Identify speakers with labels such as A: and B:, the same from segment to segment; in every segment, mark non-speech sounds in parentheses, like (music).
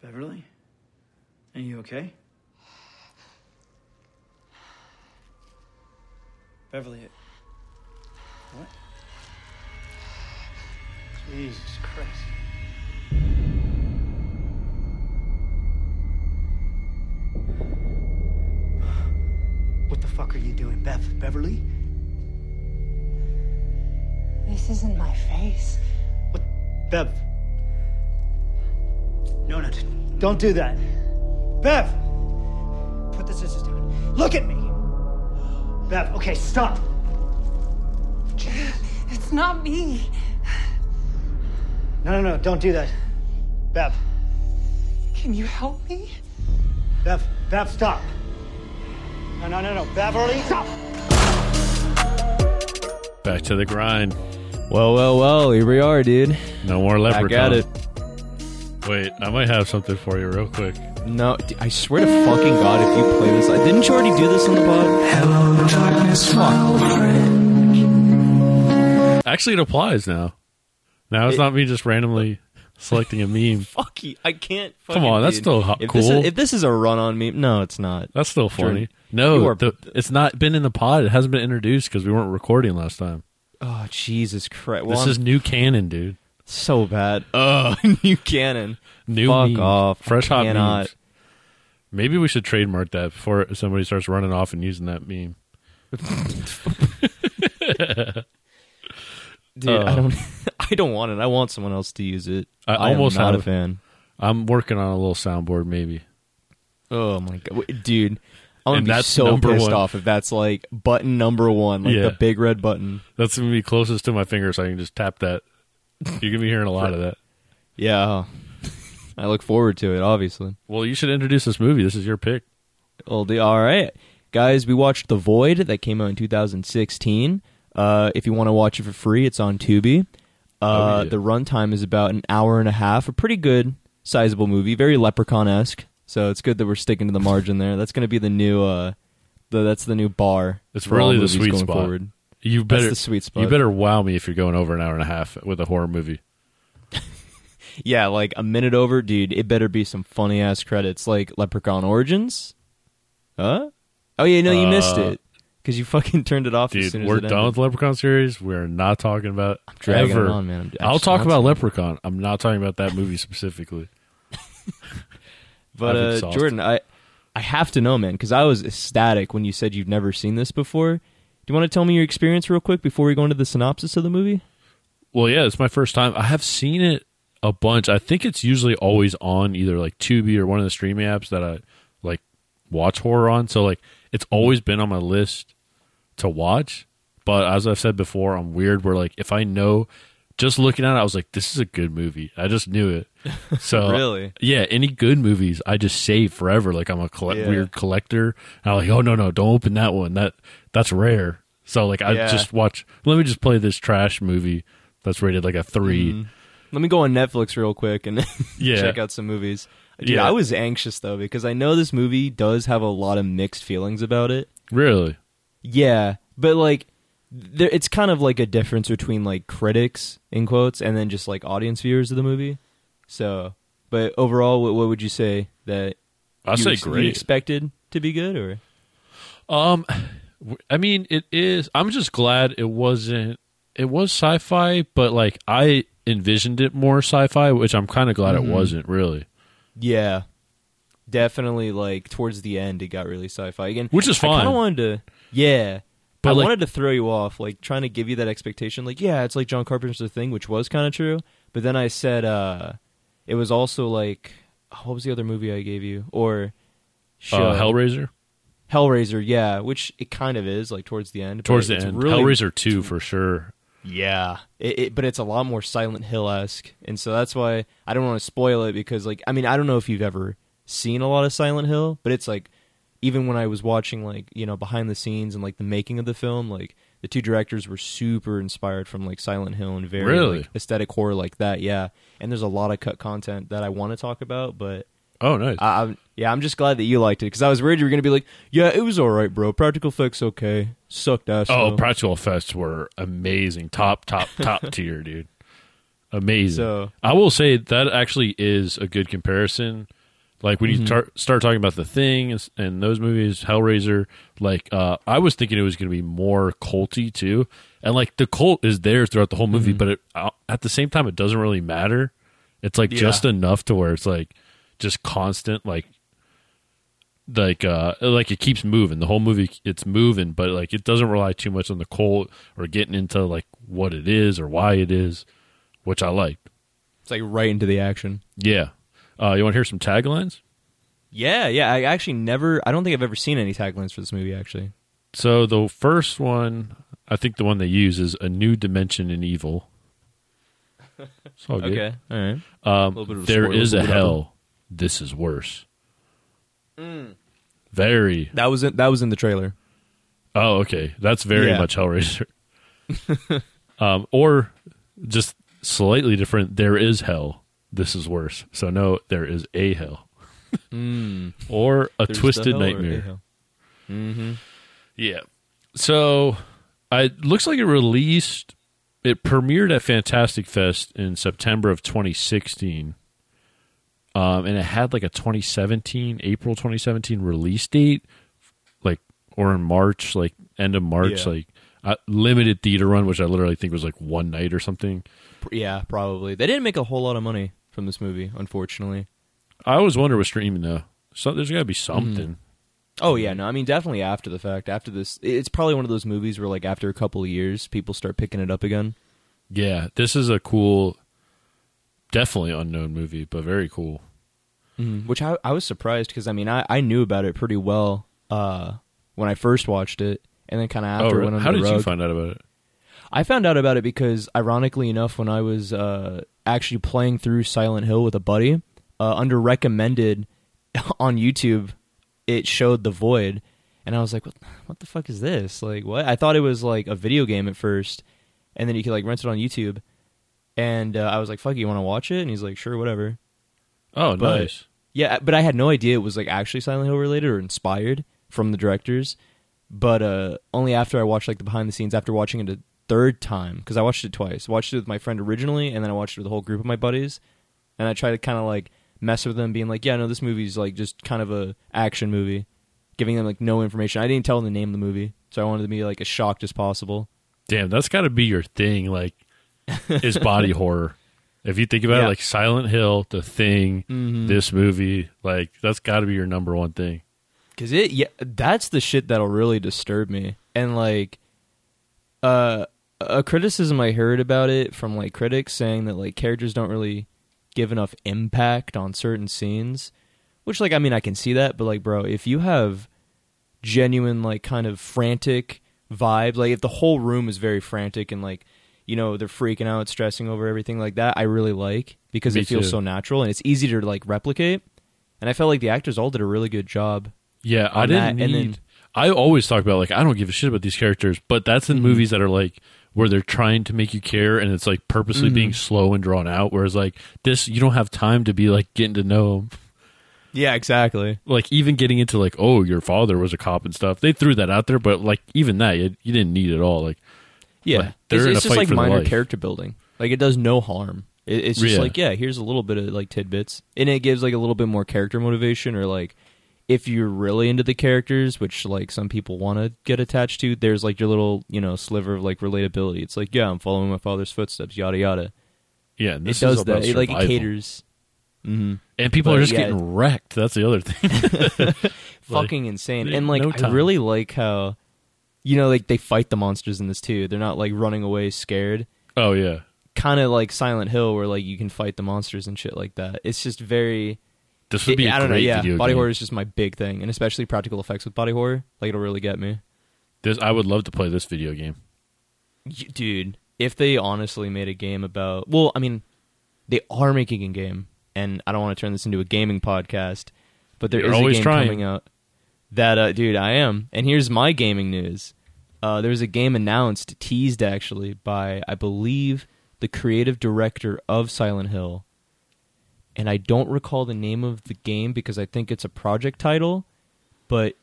A: Beverly? Are you okay? Beverly, it- what? Jesus Christ.
B: What the fuck are you doing, Bev? Beverly?
C: This isn't my face.
B: What? Bev? No, no, d- don't do that. Bev! Put the scissors down. Look at me! Bev, okay, stop!
C: It's not me.
B: No, no, no, don't do that. Bev,
C: Can you help me?
B: Bev, Bev, stop! No, no, no, no, Beverly, stop!
D: Back to the grind.
E: Well, well, well. Here we are, dude.
D: No more leprechaun.
E: Back at it.
D: Wait, I might have something for you real quick.
E: No, d- I swear to fucking god, if you play this, I didn't you already do this on the pod?
D: Actually, it applies now. Now it's
E: It-
D: not me just randomly selecting a meme.
E: Fuck you, I can't.
D: Come on, that's
E: dude.
D: still ho-
E: if
D: cool. Uh,
E: This is, if this is a run-on meme, no, it's not.
D: That's still
E: Jordan,
D: funny. No,
E: you are-
D: the- it's not been in the pod. It hasn't been introduced because we weren't recording last time.
E: Oh Jesus Christ! Well,
D: This
E: I'm
D: is new canon, dude. (laughs)
E: so bad. Oh, new canon.
D: New
E: Fuck
D: memes.
E: off.
D: Fresh
E: I
D: hot
E: cannot.
D: memes. Maybe we should trademark that before somebody starts running off and using that meme.
E: Dude,
D: Uh,
E: I don't. (laughs) I don't want it. I want someone else to use it.
D: I almost
E: am not
D: have-
E: a fan.
D: I'm working on a little soundboard, maybe.
E: Oh my god, Wait, dude! I'm
D: And
E: gonna be
D: that's
E: so
D: number
E: pissed
D: one.
E: off if that's like button number one, like
D: Yeah.
E: the big red button.
D: That's gonna be closest to my finger, so I can just tap that. You're gonna be hearing a lot of that.
E: Yeah, (laughs) I look forward to it. Obviously.
D: Well, you should introduce this movie. This is your pick.
E: Well, the, all right, guys, we watched The Void that came out in 2016. Uh, if you want to watch it for free, it's on Tubi. Uh,
D: Oh, yeah.
E: The runtime is about an hour and a half. A pretty good, sizable movie. Very Leprechaun esque. So it's good that we're sticking to the margin there. That's going to be the new. Uh, the, that's the new bar.
D: It's
E: for all
D: really the
E: movies
D: sweet
E: going
D: spot.
E: Forward.
D: You
E: That's
D: better
E: the sweet spot.
D: You better wow me if you're going over an hour and a half with a horror movie.
E: Yeah, like a minute over, dude. It better be some funny ass credits, like Leprechaun Origins. Huh? Oh yeah, no, you missed
D: Uh,
E: it because you fucking (laughs) turned it off. as
D: Dude,
E: soon as
D: we're
E: it
D: done with
E: ended.
D: Leprechaun series. We're not talking about
E: dragging
D: ever.
E: it on, man. I'm- I
D: I'll
E: just
D: talk
E: want
D: about
E: to.
D: Leprechaun. I'm not talking about that movie specifically.
E: But
D: I'm
E: uh,
D: exhausted.
E: Jordan, I I have to know, man, because I was ecstatic when you said you've never seen this before. Do you want to tell me your experience real quick before we go into the synopsis of the movie?
D: Well, yeah, it's my first time. I have seen it a bunch. I think it's usually always on either like Tubi or one of the streaming apps that I like watch horror on. So like it's always been on my list to watch. But as I've said before, I'm weird where like if I know just looking at it, I was like, this is a good movie. I just knew
E: (laughs)
D: it. So
E: Really?
D: yeah, any good movies I just save forever. Like I'm a colle-
E: Yeah.
D: weird collector. And I'm like, oh no no, don't open that one. That that's rare. So like I
E: Yeah.
D: just watch. Let me just play this trash movie that's rated like a 3
E: Let me go on Netflix real quick and (laughs)
D: Yeah.
E: check out some movies. Dude,
D: Yeah.
E: I was anxious though because I know this movie does have a lot of mixed feelings about it.
D: Really?
E: Yeah, but like, there, it's kind of like a difference between like critics in quotes and then just like audience viewers of the movie. So, but overall, what, what would you say that
D: I
E: you
D: say
E: ex- you
D: great.
E: expected to be good or
D: Um, w- I mean, it is. I'm just glad it wasn't. It was sci-fi, but like I envisioned it more sci-fi, which I'm kind of glad
E: Mm-hmm.
D: it wasn't really. Uh,
E: yeah, definitely like towards the end it got really sci-fi again,
D: Which is
E: I kind
D: fine.
E: of wanted to, yeah.
D: But,
E: I
D: like-
E: wanted to throw you off, like trying to give you that expectation. Like, yeah, it's like John Carpenter's The Thing, which was kind of true. But then I said uh it was also like oh, what was the other movie I gave you? Or
D: Uh,
E: show-
D: Hellraiser
E: Hellraiser, yeah, which it kind of is like towards the end. but
D: towards the
E: it's
D: end.
E: really-
D: Hellraiser two for sure.
E: yeah. It, it, but it's a lot more Silent Hill esque, and so that's why I don't want to spoil it because, like, I mean, I don't know if you've ever seen a lot of Silent Hill, but it's like even when I was watching, like, you know, behind the scenes and like the making of the film, like the two directors were super inspired from like Silent Hill and very
D: Really?
E: like, aesthetic horror like that. Yeah, and there's a lot of cut content that I want to talk about, but
D: Oh, nice.
E: I, I'm yeah, I'm just glad that you liked it because I was worried you were gonna be like, yeah, it was all right, bro. Practical effects okay, sucked ass.
D: oh,
E: though."
D: practical effects were amazing. Top, top,
E: (laughs)
D: top tier, dude. Amazing.
E: So-
D: I will say that actually is a good comparison Like when you tar- start talking about the thing and, s- and those movies, Hellraiser. Like uh, I was thinking it was going to be more culty too, and like the cult is there throughout the whole movie, but it, uh, at the same time, it doesn't really matter. It's like just enough to where it's like just constant, like like uh like it keeps moving the whole movie it's moving but like it doesn't rely too much on the cult or getting into like what it is or why it is which i liked
E: It's like right into the action.
D: yeah uh you want to hear some taglines
E: Yeah, yeah. I actually never. I don't think I've ever seen any taglines for this movie. Actually,
D: so the first one i think the one they use is a new dimension in evil It's all good.
E: okay, all right.
D: um
E: Little bit of a
D: there
E: spoiler,
D: is a
E: but whatever.
D: hell this is worse
E: Mm.
D: very
E: That was in, that was in the trailer.
D: Oh, okay. That's very
E: Yeah.
D: much Hellraiser. (laughs) um, or just slightly different. There is hell. This is worse. So no, there is a hell. Or a
E: Hmm. There's the
D: twisted
E: hell or the
D: nightmare.
E: hell.
D: Yeah. So I looks like it released it premiered at Fantastic Fest in September of 2016. Um, and it had like a 2017 April 2017 release date like or in March, like end of March,
E: Yeah.
D: like uh, limited theater run which I literally think was like one night or something.
E: Pr- Yeah, probably. They didn't make a whole lot of money from this movie, unfortunately.
D: I always wonder with streaming though. So there's got to be something.
E: Oh
D: Mm-hmm.
E: yeah, no, I mean definitely after the fact. After this, it's probably one of those movies where like after a couple of years, people start picking it up again.
D: Yeah, this is a cool definitely unknown movie, but very cool.
E: Which I, I was surprised because I mean I, I knew about it pretty well uh, when I first watched it, and then kind of after
D: oh,
E: it
D: really?
E: went under
D: how
E: the
D: did you
E: rug.
D: find out about it?
E: I found out about it because, ironically enough, when I was uh, actually playing through Silent Hill with a buddy, uh, under recommended (laughs) on YouTube, it showed The Void, and I was like, "What? What the fuck is this? Like, what?" I thought it was like a video game at first, and then you could like rent it on YouTube, and uh, I was like, "Fuck, you want to watch it?" And he's like, "Sure, whatever."
D: Oh,
E: But-
D: nice.
E: Yeah, uh, but I had no idea it was like actually Silent Hill related or inspired from the directors. But uh, only after I watched like the behind the scenes, after watching it a third time, because I watched it twice. I watched it with my friend originally, and then I watched it with a whole group of my buddies. And I tried to kind of like mess with them, being like, "Yeah, no, this movie's like just kind of a action movie," giving them like no information. I didn't tell them the name of the movie, so I wanted to be like as shocked as possible.
D: Damn, that's got to be your thing. Like, is
E: (laughs)
D: body horror? If you think about it,
E: Yeah. Mm-hmm.
D: like Silent Hill, The Thing, this movie, like that's got to be your number one thing.
E: Cause it, yeah, that's the shit that'll really disturb me. And like, uh, a criticism I heard about it from like critics saying that like characters don't really give enough impact on certain scenes, which like I mean I can see that, but like bro, if you have genuine like kind of frantic vibe, like if the whole room is very frantic and like you know they're freaking out, stressing over everything like that, I really like because
D: Me
E: it feels
D: too.
E: so natural and it's easy to like replicate. And I felt like the actors all did a really good job
D: Yeah, I
E: On
D: didn't
E: that, and
D: need.
E: then-
D: I always talk about like I don't give a shit about these characters, but that's
E: Mm-hmm.
D: in movies that are like where they're trying to make you care, and it's like purposely
E: Mm-hmm.
D: being slow and drawn out. Whereas like this, you don't have time to be like getting to know 'em.
E: Yeah, exactly.
D: Like even getting into like oh your father was a cop and stuff. They threw that out there, but like even that you, you didn't need at all. Like
E: Yeah,
D: Like, they're
E: it's,
D: in
E: it's
D: a
E: just
D: fight
E: like
D: for their
E: minor
D: life.
E: character building. Like it does no harm. It, it's just
D: Yeah.
E: like yeah, here's a little bit of like tidbits, and it gives like a little bit more character motivation, or like if you're really into the characters, which like some people want to get attached to, there's like your little you know sliver of like relatability. It's like yeah, I'm following my father's footsteps, yada yada.
D: yeah, and this
E: it
D: is
E: does
D: about
E: that. It, like it
D: survival.
E: caters. hmm
D: And people
E: But,
D: are just
E: yeah, it-
D: getting wrecked. That's the other (laughs) thing.
E: fucking insane.
D: dude,
E: And like
D: no
E: I
D: time.
E: really like how you know like they fight the monsters in this too. They're not like running away scared.
D: oh yeah.
E: kind of like Silent Hill, where like you can fight the monsters and shit like that. It's just very.
D: This would be a
E: I I
D: great
E: don't know. Yeah,
D: video
E: body
D: game.
E: horror is just my big thing, and especially practical effects with body horror. Like it'll really get me,
D: This I would love to play this video game.
E: dude. If they honestly made a game about, well, I mean, they are making a game, and I don't want to turn this into a gaming podcast, but there
D: You're
E: is a
D: always
E: game
D: trying.
E: coming out. That uh, dude, I am, and here's my gaming news. Uh, there was a game announced, teased actually by I believe the creative director of Silent Hill, and I don't recall the name of the game because I think it's a project title, but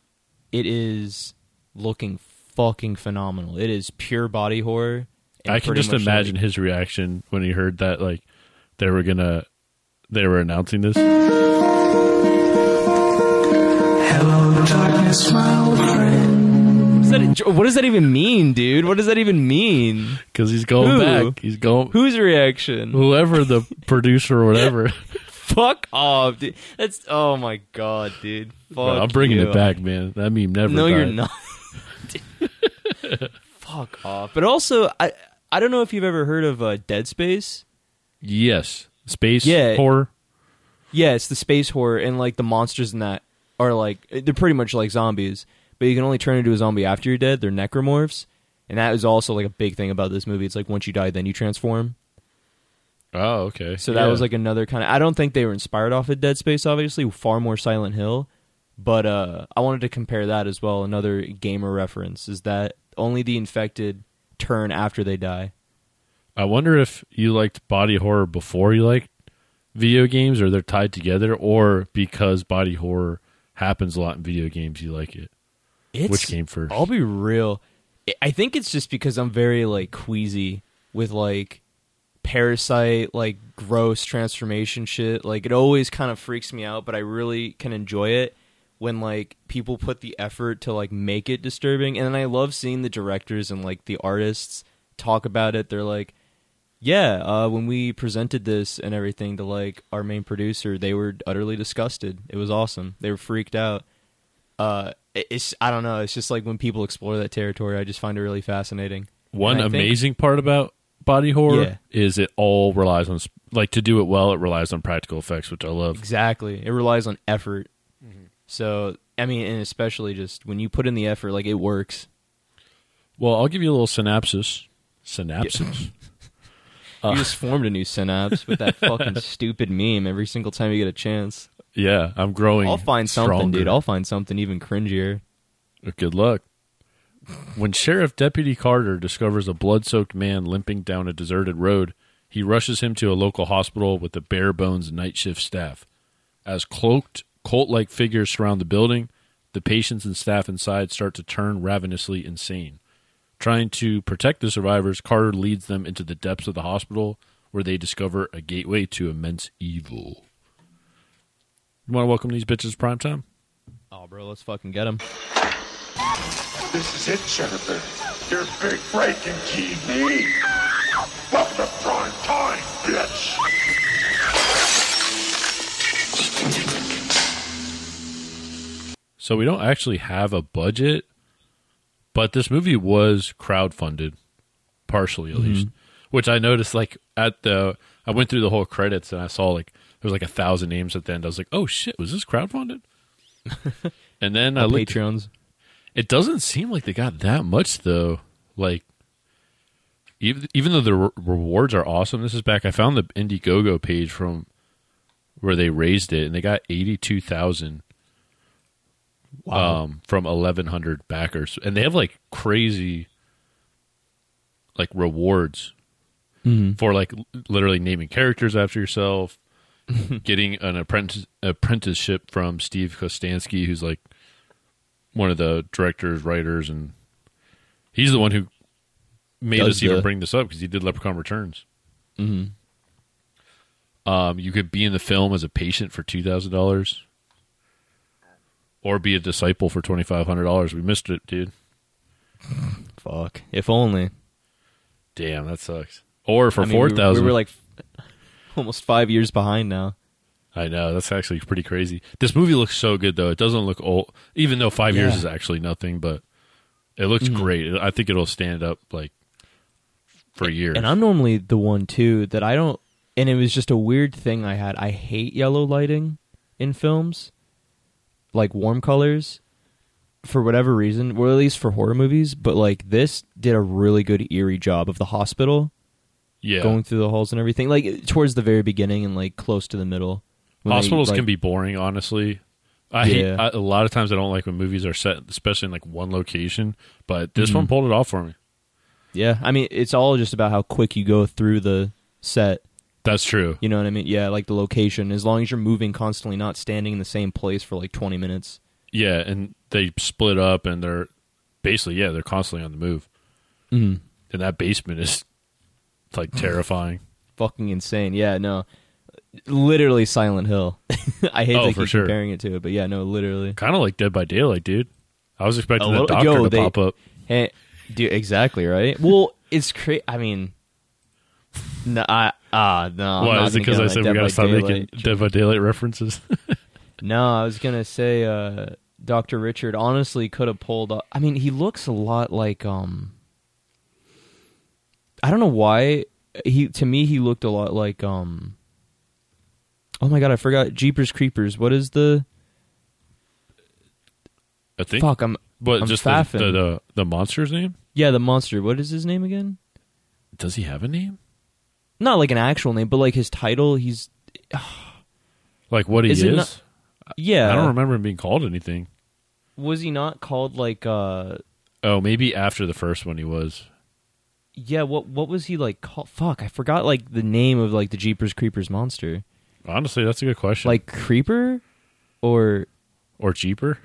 E: it is looking fucking phenomenal. It is pure body horror. and
D: I can
E: pretty
D: just
E: much, like-
D: imagine his reaction when he heard that like they were gonna they were announcing this.
F: smile, friend.
E: What does, that, jo- what does that even mean, dude? What does that even mean?
D: because he's going
E: Who?
D: back. He's going.
E: Whose reaction?
D: Whoever
E: (laughs)
D: the producer or whatever. (laughs)
E: Fuck off, dude. That's oh my god, dude. Fuck.
D: Bro, I'm bringing
E: you.
D: it back, man. That meme never.
E: No, you're
D: died.
E: not. (laughs) Dude. Fuck off. But also, I I don't know if you've ever heard of uh, Dead Space.
D: Yes, space
E: Yeah.
D: horror.
E: Yeah, it's the space horror, and like the monsters in that are like they're pretty much like zombies, but you can only turn into a zombie after you're dead. They're necromorphs, and that is also like a big thing about this movie. It's like once you die, then you transform.
D: Oh, okay.
E: So that
D: Yeah.
E: was like another kind of. I don't think they were inspired off of Dead Space, obviously, far more Silent Hill. But uh, I wanted to compare that as well. Another gamer reference is that only the infected turn after they die.
D: I wonder if you liked body horror before you liked video games, or they're tied together, or because body horror happens a lot in video games, you like it.
E: It's,
D: Which came first?
E: I'll be real. I- I think it's just because I'm very like queasy with like parasite, like gross transformation shit. Like it always kind of freaks me out, but I really can enjoy it when like people put the effort to like make it disturbing. And then I love seeing the directors and like the artists talk about it. They're like, yeah, uh, when we presented this and everything to like our main producer, they were utterly disgusted. It was awesome. They were freaked out uh it- it's i don't know it's just like when people explore that territory i just find it really fascinating
D: One
E: And I think-
D: amazing part about body horror
E: Yeah.
D: is it all relies on sp- like to do it well. It relies on practical effects, which I love.
E: exactly it relies on effort Mm-hmm. so i mean and especially just when you put in the effort like it works
D: Well, I'll give you a little synopsis. Synopsis. Uh.
E: you just formed a new synapse
D: (laughs)
E: with that fucking stupid meme every single time you get a chance
D: Yeah, I'm growing.
E: i'll find something
D: stronger.
E: dude i'll find something even cringier
D: Good luck. When Sheriff Deputy Carter discovers a blood soaked man limping down a deserted road, he rushes him to a local hospital with the bare bones night shift staff. As cloaked, cult like figures surround the building, the patients and staff inside start to turn ravenously insane. Trying to protect the survivors, Carter leads them into the depths of the hospital where they discover a gateway to immense evil. You want to welcome these bitches to prime time?
E: oh bro let's fucking get him
F: This is it, Jennifer. Your big break in TV. Welcome to prime time, bitch.
D: So we don't actually have a budget, but this movie was crowdfunded, partially at least. Which I noticed like at the I went through the whole credits and I saw like there was like a thousand names at the end. I was like, Oh shit, was this crowdfunded? and then I
E: On
D: looked
E: patreons
D: it doesn't seem like they got that much though. Like even even though the re- rewards are awesome, this is back. I found the Indiegogo page from where they raised it, and they got eighty two thousand. Um, from eleven hundred backers, and they have like crazy, like rewards
E: Mm-hmm.
D: for like l- literally naming characters after
E: (laughs)
D: yourself, getting an apprentice apprenticeship from Steve Kostansky, who's like one of the directors, writers, and he's the one who made
E: Does
D: us even
E: the-
D: bring this up because he did Leprechaun Returns. Mm-hmm. Um, you could be in the film as a patient for two thousand dollars, or be a disciple for twenty five hundred dollars. We missed it, dude.
E: fuck if only
D: Damn, that sucks. Or for
E: I mean, we-
D: four thousand,
E: we were like (laughs) f- almost five years behind now
D: I know that's actually pretty crazy. This movie looks so good though; it doesn't look old, even though five years
E: Yeah. Mm.
D: is actually nothing. But it looks great. I think it'll stand up like for years.
E: And I'm normally the one too that I don't. And it was just a weird thing I had. I hate yellow lighting in films, like warm colors, for whatever reason. Well, at least for horror movies. But like this did a really good eerie job of the hospital
D: yeah,
E: going through the halls and everything. Like towards the very beginning and like close to the middle. when they,
D: Hospitals
E: like-
D: can be boring, honestly. I
E: Yeah.
D: hate I, a lot of times. I don't like when movies are set, especially in like one location. But this
E: Mm.
D: one pulled it off for me.
E: Yeah, I mean it's all just about how quick you go through the set.
D: That's true.
E: You know what I mean? Yeah, like the location. As long as you're moving constantly, not standing in the same place for like 20 minutes.
D: Yeah, and they split up, and they're basically yeah, they're constantly on the move. Mm. And that basement is
E: (sighs)
D: like terrifying.
E: fucking insane. Yeah, no, literally Silent Hill. (laughs) I hate
D: Oh,
E: to
D: for
E: keep
D: sure.
E: comparing it to it, but yeah, no, literally.
D: kind of like Dead by Daylight, dude. I was expecting the
E: little-
D: doctor
E: yo,
D: to
E: they-
D: pop up.
E: Hey, dude, exactly right. Well, it's crazy. I mean, no, I ah no. I'm
D: Why
E: not
D: is it
E: gonna
D: because
E: get
D: I
E: on
D: said
E: that
D: we
E: Dead by
D: gotta stop making
E: Daylight joke.
D: Dead by Daylight references? (laughs)
E: No, I was gonna say uh, Doctor Richard honestly could have pulled. Off, I mean, he looks a lot like um. I don't know why he to me he looked a lot like um. Oh my god, I forgot Jeepers Creepers. What is the
D: I think.
E: fuck? I'm
D: But
E: I'm
D: just the,
E: faffing.
D: the, the the monster's name?
E: yeah the monster. What is his name again?
D: Does he have a name?
E: Not like an actual name, but like his title. He's
D: Like what he is?
E: Is it not- uh, yeah.
D: I don't remember him being called anything.
E: Was he not called like uh?
D: Oh, maybe after the first one he was.
E: Yeah, what what was he like called? Fuck, I forgot like the name of like the Jeepers Creepers monster.
D: Honestly, that's a good question.
E: Like Creeper or
D: or Jeeper.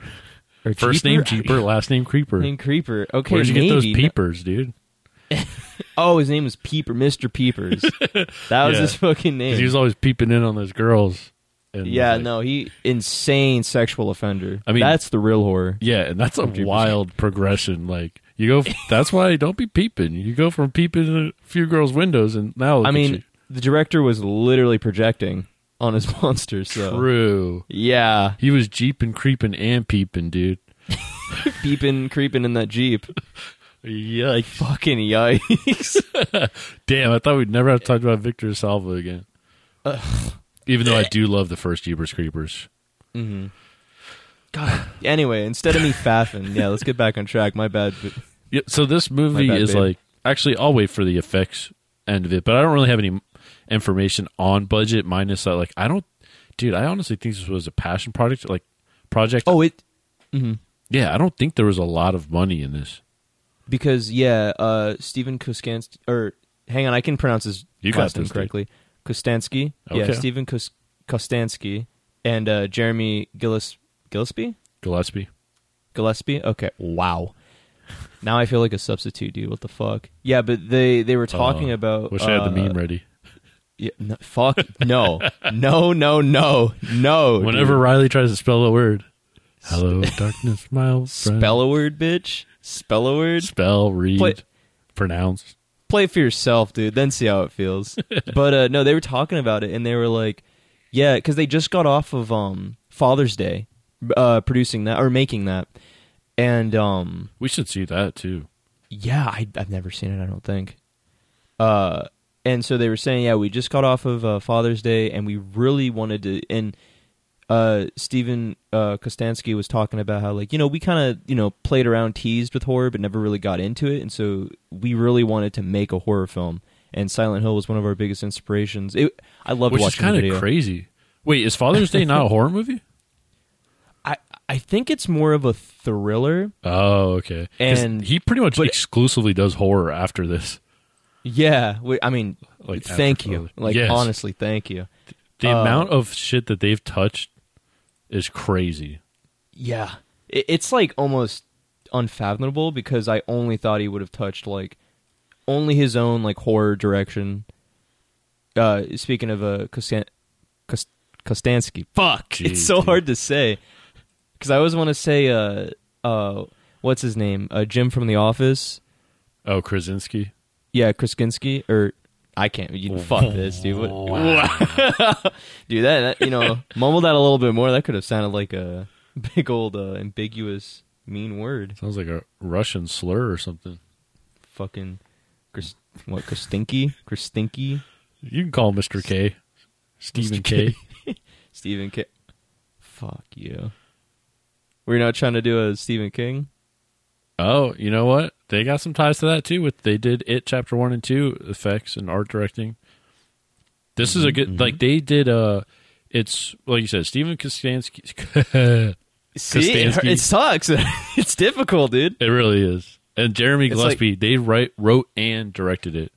E: or
D: First
E: Jeeper? (laughs)
D: name Jeeper, last name Creeper.
E: Name Creeper. Okay,
D: Where'd you get those
E: maybe.
D: peepers, dude?
E: Oh, his name was Peeper,
D: (laughs)
E: Mister Peepers. that was
D: Yeah.
E: his fucking
D: 'Cause
E: name.
D: he was always peeping in on those girls. And
E: yeah,
D: like-
E: no, he insane sexual offender.
D: I mean-
E: that's the real horror.
D: Yeah, and that's a wild progression. Like you go.
E: (laughs)
D: That's why don't be peeping. You go from peeping in a few girls' windows, and now look
E: I
D: at
E: mean,
D: you.
E: the director was literally projecting on his (laughs) monster. So
D: true.
E: yeah,
D: He was jeeping, creeping, and peeping, dude.
E: peeping, creeping in that jeep.
D: (laughs) Yikes! (laughs)
E: fucking yikes.
D: Damn, I thought we'd never have to talk about Victor Salva again. Even
E: (laughs)
D: though I do love the first Jeepers Creepers.
E: Anyway, instead of me faffing, yeah, let's get back on track.
D: (laughs)
E: My bad. but-
D: Yeah, so this movie
E: My bad,
D: is
E: babe.
D: like actually I'll wait for the effects end of it, but I don't really have any information on budget minus that like I don't dude, I honestly think this was a passion project like project.
E: Oh, it
D: yeah, I don't think there was a lot of money in this.
E: because yeah, uh Stephen Kostansky or hang on, I can pronounce his
D: You got
E: last name
D: this, dude.
E: correctly. Kostansky. Yeah,
D: Okay.
E: Stephen Kos- Kostansky and uh Jeremy Gillis Gillespie?
D: Gillespie.
E: Gillespie? Okay. Wow. Now I feel like a substitute, dude. What the fuck? Yeah, but they they were talking
D: Uh,
E: about
D: Wish I had the
E: uh,
D: meme ready.
E: yeah, no, fuck no. (laughs) no, no, no. No. dude.
D: Whenever Riley tries to spell a word. Hello, darkness, my old friend.
E: spell a word, bitch. Spell a word.
D: spell, read,
E: Play-
D: pronounce.
E: play it for yourself, dude. Then see how it feels. but uh, no, they were talking about it, and they were like, "Yeah," because they just got off of um, Father's Day, uh, producing that or making that, and um,
D: We should see that too.
E: yeah, I, I've never seen it. I don't think. Uh, and so they were saying, yeah, we just got off of uh, Father's Day, and we really wanted to. And uh, Stephen uh, Kostansky was talking about how, like, you know, we kind of, you know, played around, teased with horror, but never really got into it. And so we really wanted to make a horror film, and Silent Hill was one of our biggest inspirations. It, I loved
D: Which is
E: watching the
D: kind
E: video.
D: of crazy. Wait, is Father's Day
E: (laughs)
D: not a horror movie?
E: I I think it's more of a thriller.
D: Oh, okay. 'Cause
E: And-
D: he pretty much
E: but-
D: exclusively does horror after this.
E: Yeah, we, I mean,
D: Like,
E: thank
D: after
E: you.
D: Father's-
E: Like,
D: Yes.
E: honestly, thank you.
D: The
E: Uh,
D: amount of shit that they've touched is crazy.
E: Yeah. It, it's like almost unfathomable because I only thought he would have touched like only his own like horror direction. Uh speaking of uh Kostan- Kos- Kostansky. Fuck. (laughs) it's so
D: dude.
E: hard to say. Cuz I always want to say uh uh what's his name? Uh Jim from the office.
D: Oh, Krasinski.
E: Yeah, Krasinski or I can't. You, fuck this, dude. What, (laughs) dude, that, that you know, mumble that a little bit more. That could have sounded like a big old uh, ambiguous mean word.
D: Sounds like a Russian slur or something.
E: Fucking, Chris, what Kristinky, Kristinky,
D: You can call him Mr. K. Stephen K.
E: Stephen King. Fuck you. We're not trying to do a Stephen King.
D: Oh, you know what? They got some ties to that too. With they did it chapter one and two effects and art directing. This is a good
E: Mm-hmm.
D: like they did. Uh, it's like you said, Stephen Kostansky. (laughs)
E: it,
D: Kostansky.
E: it sucks. (laughs) it's difficult, dude.
D: it really is, and Jeremy
E: It's like-
D: Gillespie. they write, wrote, and directed it.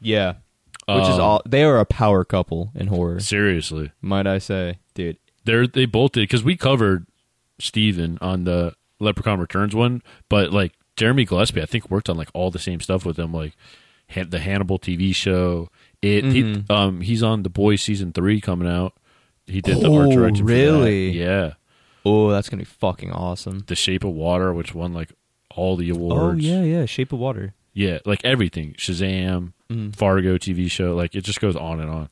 E: Yeah, which is
D: Um,
E: all. They are a power couple in horror,
D: Seriously,
E: might I say, dude.
D: they're they both did because we covered Steven on the Leprechaun Returns one, but like Jeremy Gillespie, I think worked on like all the same stuff with them, like Han- the Hannibal TV show. It
E: Mm-hmm.
D: he, um he's on The Boys season three coming out. He did the art
E: Oh,
D: direction. for that.
E: really?
D: Yeah.
E: Oh, that's gonna be fucking awesome.
D: The Shape of Water, which won like all the awards.
E: Oh yeah, yeah. Shape of Water.
D: Yeah, like everything. Shazam,
E: Mm-hmm.
D: Fargo TV show, like it just goes on and on.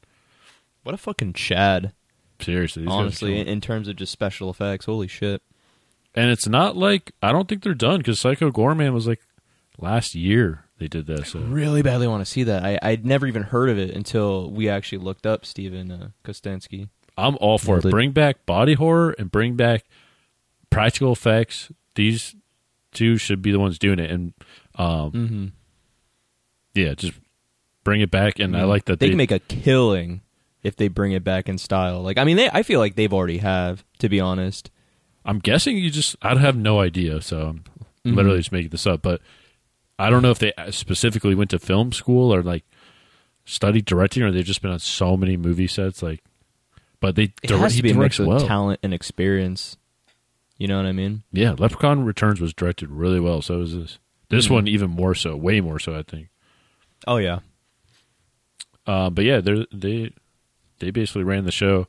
E: What a fucking Chad.
D: Seriously, these guys are
E: honestly,
D: killing
E: in,
D: it.
E: in terms of just special effects, holy shit.
D: and it's not like I don't think they're done because Psycho Gorman was like last year they did that. So
E: Really badly want to see that. I I'd never even heard of it until we actually looked up Steven uh, Kostansky.
D: I'm all for it.
E: Nailed it.
D: Bring back body horror and bring back practical effects. These two should be the ones doing it, and um,
E: Mm-hmm.
D: yeah, just bring it back. And I like that
E: Mm-hmm. they,
D: they,
E: can make a killing if they bring it back in style. Like I mean, they I feel like they've already have to be honest.
D: I'm guessing you just I have no idea, so I'm
E: Mm-hmm.
D: literally just making this up. But I don't know if they specifically went to film school or like studied directing, or they've just been on so many movie sets. Like, but they
E: It
D: direct,
E: has
D: he
E: to be a
D: directs
E: mix of
D: well.
E: talent and experience. You know what I mean?
D: Yeah, Leprechaun Returns was directed really well. So is this. This
E: Hmm.
D: one even more so, way more so, I think.
E: Oh yeah.
D: Uh, but yeah, they they they basically ran the show.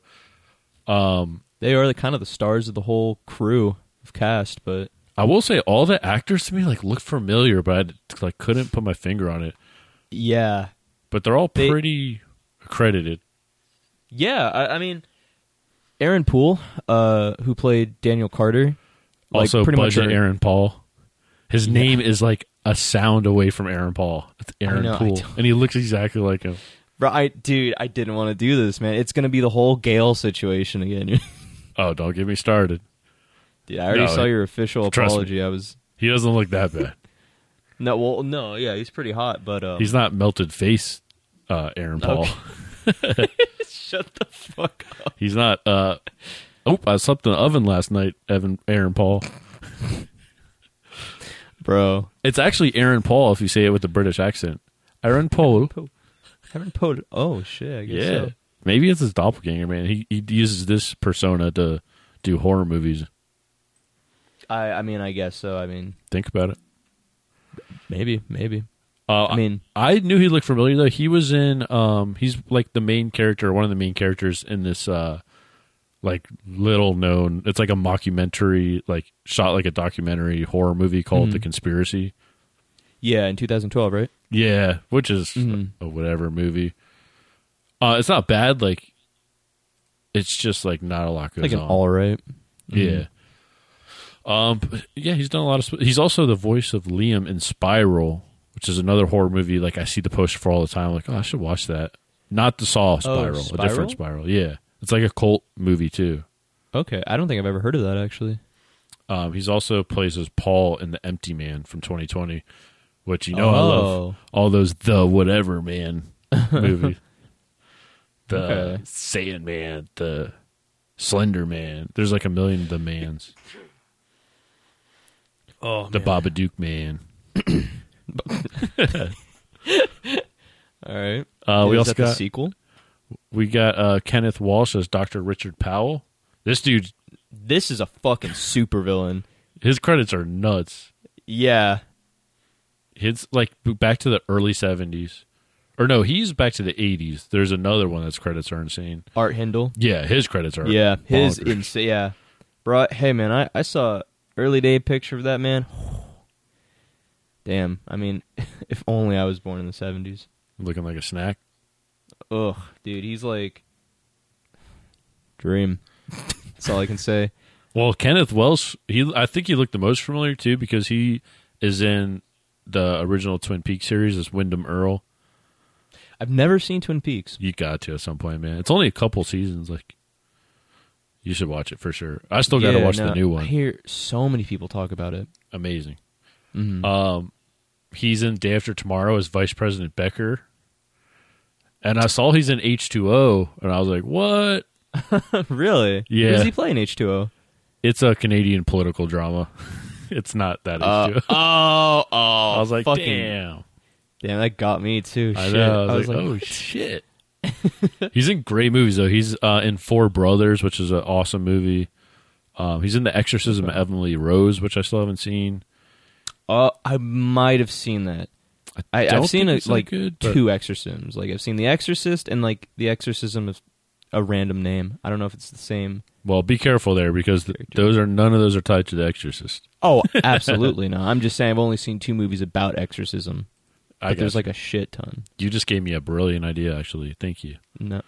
E: They are the kind of the stars of the whole crew of cast, but
D: I will say all the actors to me like look familiar, but I like couldn't put my finger on it.
E: yeah,
D: But they're all
E: They-
D: pretty accredited.
E: yeah. I, I mean, Aaron Poole, uh, who played Daniel Carter, like,
D: also
E: pretty much
D: budget
E: our-
D: Aaron Paul. His name is like a sound away from Aaron Paul. It's Aaron
E: know, I
D: Poole,
E: don't-
D: and he looks exactly like him.
E: Bro, I dude, I didn't want to do this, man. It's gonna be the whole Gale situation again. (laughs)
D: Oh, don't get me started.
E: dude, I already
D: No,
E: saw
D: it-
E: your official
D: trust me.
E: apology. I was
D: He doesn't look that
E: (laughs)
D: bad.
E: no, well, no, yeah, he's pretty hot, but um,
D: He's not melted face, uh, Aaron Paul.
E: Okay. (laughs) shut the fuck up.
D: He's not. Uh, oh, I slept in the oven last night, Evan Aaron Paul.
E: bro.
D: It's actually Aaron Paul if you say it with the British accent. Aaron Paul.
E: Aaron Poe. Oh shit, I guess
D: Yeah,
E: so.
D: maybe it's his doppelganger, man. He he uses this persona to do horror movies.
E: I, I mean, I guess so. I mean,
D: Think about it.
E: maybe, maybe.
D: Uh,
E: I mean-
D: I knew he looked familiar though. He was in, um, he's like the main character, one of the main characters in this, uh, like little known. It's like a mockumentary, like shot like a documentary horror movie called
E: Mm-hmm.
D: The Conspiracy.
E: Yeah, in 2012, right?
D: Yeah, which is
E: Mm-hmm.
D: a whatever movie. Uh, it's not bad. Like, it's just like not a lot goes
E: Like an
D: on.
E: all right.
D: Yeah. Um. but Yeah, he's done a lot of. Sp- he's also the voice of Liam in Spiral, which is another horror movie. Like I see the poster for all the time. like, oh, I should watch that. Not the Saw Spiral, a
E: Spiral?
D: different Spiral. Yeah, it's like a cult movie too.
E: Okay, I don't think I've ever heard of that actually.
D: Um. He's also plays as Paul in The Empty Man from 2020, which you know I love.
E: Oh.
D: All those the whatever
E: (laughs)
D: man movies. The
E: Okay.
D: Sandman, the Slender Man. There's like a million of the mans.
E: Oh,
D: The Babadook Man.
E: all right.
D: Uh, we
E: Is
D: also
E: that the
D: got-
E: sequel.
D: We got uh, Kenneth Walsh as Dr. Richard Powell. This dude,
E: This is a fucking supervillain.
D: his credits are nuts.
E: Yeah,
D: His like back to the early seventies, or no, he's back to the eighties. There's another one that's credits are insane.
E: Art Hindle.
D: Yeah, his credits are
E: Yeah, his
D: bonkers.
E: ins- yeah, bro. Hey man, I I saw a early day picture of that man. (sighs) Damn, I mean, (laughs) if only I was born in the seventies.
D: looking like a snack.
E: Ugh, dude, he's like dream. That's all I can say.
D: Well, Kenneth Welsh, he I think he looked the most familiar too because he is in the original Twin Peaks series as Wyndham Earl.
E: I've never seen Twin Peaks.
D: You got to at some point, man. It's only a couple seasons. Like, you should watch it for sure. I still got to
E: Yeah,
D: watch
E: no,
D: the new
E: I
D: one.
E: hear so many people talk about
D: (laughs)
E: it.
D: amazing.
E: Mm-hmm.
D: Um, he's in Day After Tomorrow as Vice President Becker, and I saw he's in H two O, and I was like, "What?"
E: really?
D: Yeah.
E: Who does he play in H two O?
D: It's a Canadian political drama. (laughs) it's not that
E: Uh,
D: H two O.
E: Oh, oh!
D: I was like, "Damn!"
E: Damn, that got me too.
D: I
E: Shit.
D: know. I was, like, (laughs) "Oh
E: what?
D: shit." he's in great movies though. He's uh, in Four Brothers, which is an awesome movie. Um, he's in The Exorcism of Emily Rose, which I still haven't seen.
E: Uh, I might have seen that. I,
D: don't
E: I've seen
D: think
E: a,
D: it's that
E: like
D: good, but-
E: two exorcisms. Like I've seen The Exorcist and like The Exorcism of a random name. I don't know if it's the same.
D: Well, be careful there because th- those are none of those are tied to The Exorcist.
E: Oh, (laughs)
D: (laughs)
E: absolutely not. I'm just saying I've only seen two movies about exorcism.
D: I
E: But there's
D: guess.
E: like a shit ton.
D: You just gave me a brilliant idea, actually. Thank you.
E: No.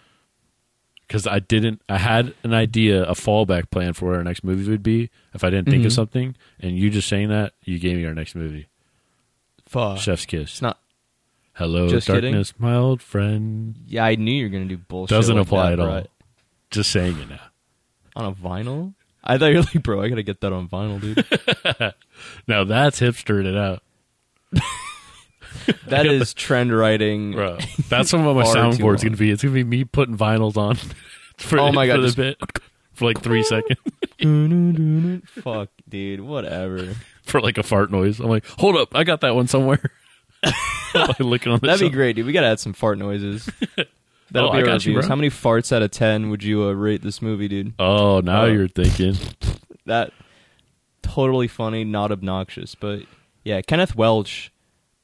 D: Because I didn't, I had an idea, a fallback plan for what our next movie would be if I didn't think
E: Mm-hmm.
D: of something. And you just saying that, you gave me our next movie,
E: Fuck.
D: Chef's Kiss.
E: It's not.
D: Hello,
E: Just kidding.
D: darkness, my old friend.
E: Yeah, I knew you were going to do bullshit.
D: Doesn't
E: like
D: apply at
E: that,
D: all.
E: right?
D: Just saying it now.
E: On a vinyl? I thought you were like, bro, I got to get that on
D: (laughs)
E: vinyl, dude.
D: Now that's hipstering it out,
E: That is trend writing.
D: bro.
E: (laughs)
D: That's what my
E: Far too
D: soundboard's
E: long.
D: gonna be. It's gonna be me putting vinyls on. (laughs) For,
E: Oh my God,
D: for the
E: just-
D: bit for like three seconds (laughs)
E: Fuck, dude. Whatever.
D: for like a fart noise. I'm like, hold up, I got that one somewhere. (laughs) like looking on the
E: That'd be
D: shelf.
E: great, dude. We got to add some
D: (laughs)
E: fart noises. That'll
D: Oh,
E: be
D: I
E: our
D: got you,
E: reviews.
D: bro.
E: How many farts out of 10 would you uh, rate this movie, dude?
D: Oh, now
E: Oh.
D: you're thinking.
E: that totally funny, not obnoxious, but yeah, Kenneth Welch,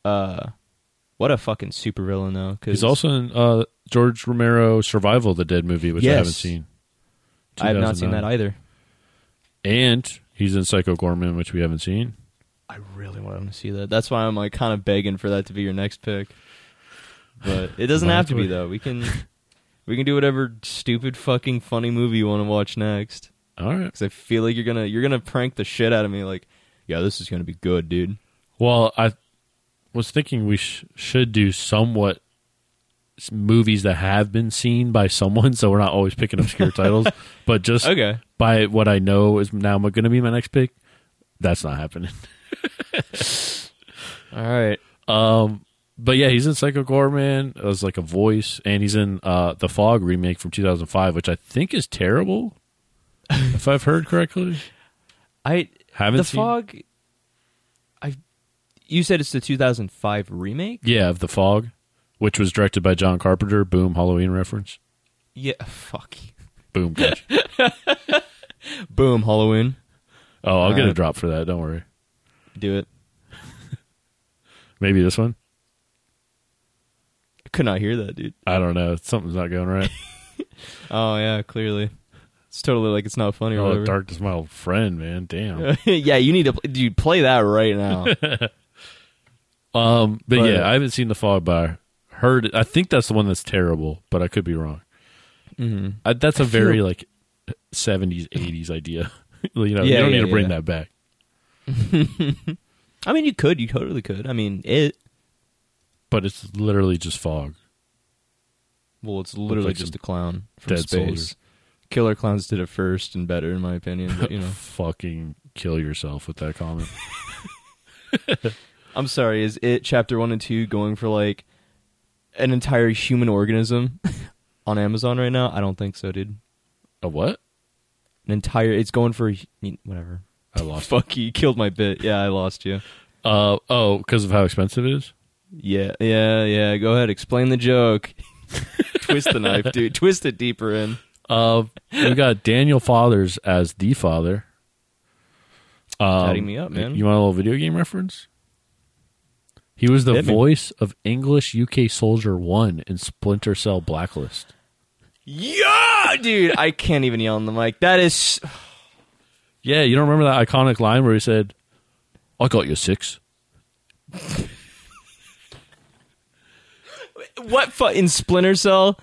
E: uh, what a fucking supervillain though. Cause
D: He's also in uh, George Romero Survival of the Dead movie, which I
E: Yes.
D: haven't seen.
E: I have not seen that
D: 2009.
E: either.
D: And he's in Psycho Gorman, which we haven't seen.
E: I really want to see that. That's why I'm like kind of begging for that to be your next pick. But
D: (laughs)
E: it doesn't
D: Well,
E: have to
D: that's what-
E: be though. We can we can do whatever stupid fucking funny movie you want to watch next.
D: All right.
E: Cause I feel like you're gonna you're gonna prank the shit out of me. Like, yeah, this is gonna be good, dude.
D: Well, I was thinking we sh- should do somewhat s- movies that have been seen by someone, so we're not always picking obscure titles. But just
E: Okay.
D: by what I know is now going to be my next pick. That's not happening. (laughs)
E: All right.
D: But yeah, he's in Psycho Gorman as like a voice, and he's in uh, the Fog remake from 2005, which I think is terrible, if I've heard correctly.
E: I
D: Haven't
E: the
D: seen-
E: fog. I, you said it's the 2005 remake.
D: Yeah, of the Fog, which was directed by John Carpenter. Boom, Halloween reference.
E: Yeah, (laughs) fuck. you.
D: Boom. Gotcha.
E: Boom, Halloween.
D: oh, I'll get a
E: Alright.
D: drop for that. Don't worry.
E: Do it.
D: Maybe this one.
E: I could not hear that, dude.
D: I don't know. Something's not going
E: (laughs)
D: right.
E: Oh yeah, clearly. It's totally like it's not funny or
D: oh,
E: whatever.
D: darkness, my old friend, man. Damn.
E: (laughs) yeah, you need to pl- dude play that right now.
D: (laughs) Um, but,
E: But-
D: yeah, I haven't seen the Fog, but I heard. I think that's the one that's terrible, but I could be wrong.
E: Mhm.
D: I, that's a very
E: feel-
D: like 70s 80s idea (laughs) you know you
E: Yeah,
D: don't
E: yeah,
D: need to bring
E: yeah.
D: that back
E: I mean, you could, you totally could. I mean, it.
D: but it's literally just fog
E: Well, it's literally
D: like
E: just
D: some
E: a clown from
D: dead
E: space.
D: soldiers.
E: Killer clowns did it first and better, in my opinion. But you know,
D: fucking kill yourself with that
E: (laughs)
D: comment
E: I'm sorry, is it chapter one and two going for like an entire human (laughs) organism on Amazon right now? I don't think so, dude.
D: a what
E: An entire it's going for a hu- whatever.
D: i
E: (laughs)
D: lost it.
E: Fuck you, you killed my bit. Yeah, I lost you.
D: uh oh because of how expensive it is
E: Yeah, yeah, yeah. Go ahead, explain the joke. (laughs) Twist the knife, dude. Twist it deeper in.
D: uh we got daniel fathers as the father um,
E: Tatting me up, man.
D: you want a little video game reference he was the
E: Hit me.
D: voice of english uk soldier one in splinter cell blacklist
E: Yeah, dude. I can't even yell in the mic. That is
D: Yeah, you don't remember that iconic line where he said, "I got you six.
E: what fu- in Splinter Cell.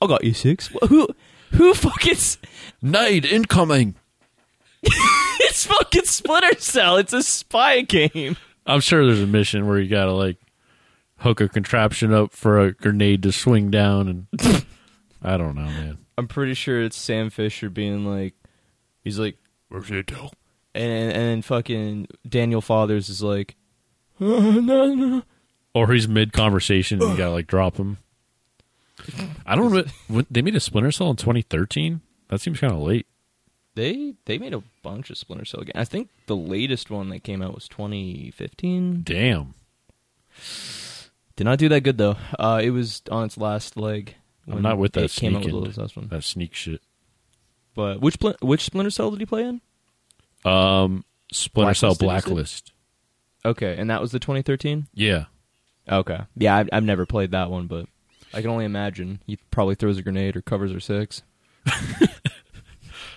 E: I got you six. Wh- Who, who fucking? s- (laughs)
D: Nade incoming."
E: It's fucking Splinter Cell. It's a spy game.
D: I'm sure there's a mission where you gotta like hook a contraption up for a grenade to swing down, and (laughs) I don't know, man.
E: I'm pretty sure it's Sam Fisher being like, he's like,
D: Where's your dough?
E: and and then fucking Daniel Fathers is like, (laughs) "Uh, no, no,
D: Or he's mid conversation and you gotta like drop him. I don't know. when- They made a Splinter Cell in 2013. That seems kind of late.
E: they they made a bunch of Splinter Cell games. I think the latest one that came out was 2015.
D: Damn.
E: Did not do that good though. Uh, it was on its last leg.
D: I'm not with that
E: it came out with
D: sneaking-
E: the last one.
D: That sneak shit.
E: But which Splin- which Splinter Cell did he play in?
D: Um, Splinter Cell
E: Blacklisted, you
D: Blacklist.
E: Okay, and that was the 2013.
D: Yeah.
E: Okay, yeah, I've, I've never played that one, but I can only imagine. He probably throws a grenade or covers her six.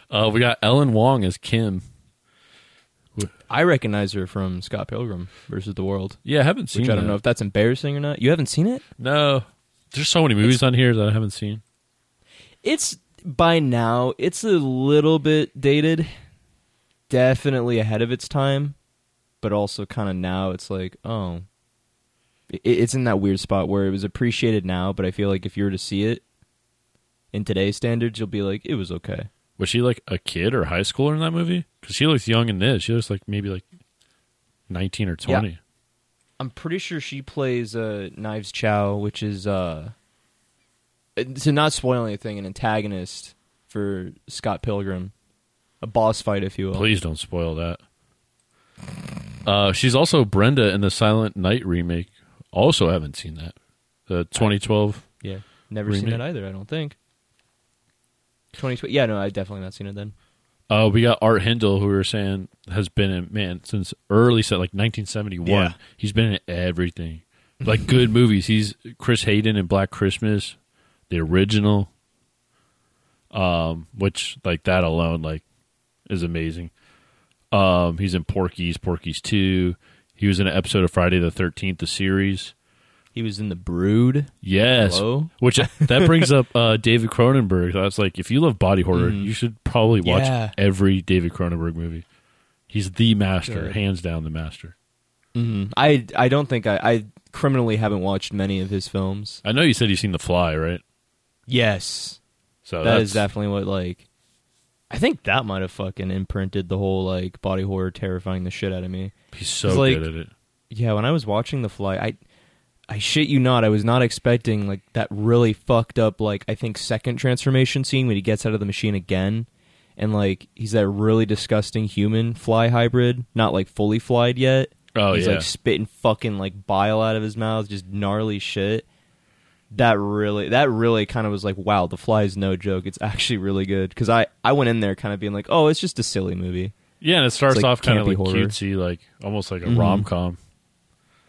D: Uh, we got Ellen Wong as Kim.
E: I recognize her from Scott Pilgrim versus the World,
D: Yeah, I haven't seen.
E: which I don't
D: that.
E: know if that's embarrassing or not. You haven't seen it?
D: No, there's so many movies on here that I haven't seen.
E: It's by now. It's a little bit dated. Definitely ahead of its time, but also kind of now. It's like oh, it, it's in that weird spot where it was appreciated now, but I feel like if you were to see it in today's standards, you'll be like it was okay.
D: Was she like a kid or a high schooler in that movie? Because she looks young in this. She looks like maybe like nineteen or twenty.
E: I'm pretty sure she plays uh, Knives Chow, which is uh, to not spoil anything, an antagonist for Scott Pilgrim, a boss fight, if you will.
D: Please don't spoil that. Uh, she's also Brenda in the Silent Night remake. Also, haven't seen that. The 2012.
E: Yeah, never seen
D: Remake?
E: it either. I don't think. 2020. Yeah, no, I definitely not seen it then.
D: Uh, we got Art Hindle, who we were saying has been in man since early set like 1971.
E: Yeah.
D: He's been in everything, like good (laughs) movies. He's Chris Hayden in Black Christmas, the original. Um, which like that alone like is amazing. Um, he's in Porky's, Porky's Two. He was in an episode of Friday the Thirteenth, the series.
E: He was in The Brood.
D: Yes.
E: Hello?
D: Which
E: (laughs)
D: that brings up uh, David Cronenberg. I was like, if you love body horror, you should probably watch
E: Mm-hmm. Yeah.
D: every David Cronenberg movie. He's the master,
E: Good.
D: hands down the master.
E: Mm-hmm. I I don't think I, I criminally haven't watched many of his films.
D: I know you said you've seen The Fly, right?
E: Yes, Oh,
D: So
E: that
D: that's,
E: is definitely what like. I think that might have fucking imprinted the whole like body horror terrifying the shit out of me.
D: he's so
E: it's like-
D: good at it.
E: Yeah, when I was watching The Fly, I I shit you not, I was not expecting like that really fucked up like I think second transformation scene when he gets out of the machine again and like he's that really disgusting human fly hybrid, not like fully flied yet.
D: Oh,
E: he's
D: yeah.
E: like spitting fucking like bile out of his mouth, just gnarly shit. That really that really kind of was like, wow, The Fly is no joke. It's actually really good cuz I I went in there kind of being like, "Oh, it's just a silly movie."
D: Yeah, and it starts
E: like
D: off kind of
E: campy
D: like
E: horror. Mm-hmm.
D: cutesy, like almost like a rom com.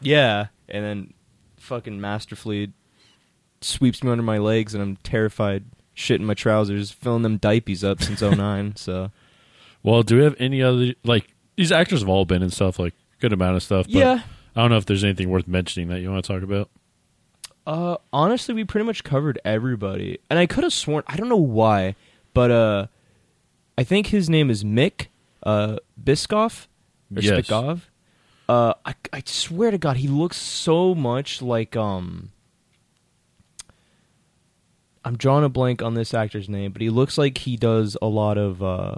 E: Yeah, and then fucking masterfully sweeps me under my legs, and I'm terrified, shitting my trousers, filling them diapies up since 09, so.
D: Well, do we have any other like these actors have all been in stuff like good amount of stuff? But
E: Yeah.
D: I don't know if there's anything worth mentioning that you want to talk about.
E: Uh, honestly, we pretty much covered everybody, and I could have sworn I don't know why, but uh, I think his name is Mick uh Biskoff or
D: Yes.
E: Spikov. Uh, I I swear to God, he looks so much like um. I'm drawing a blank on this actor's name, but he looks like he does a lot of uh,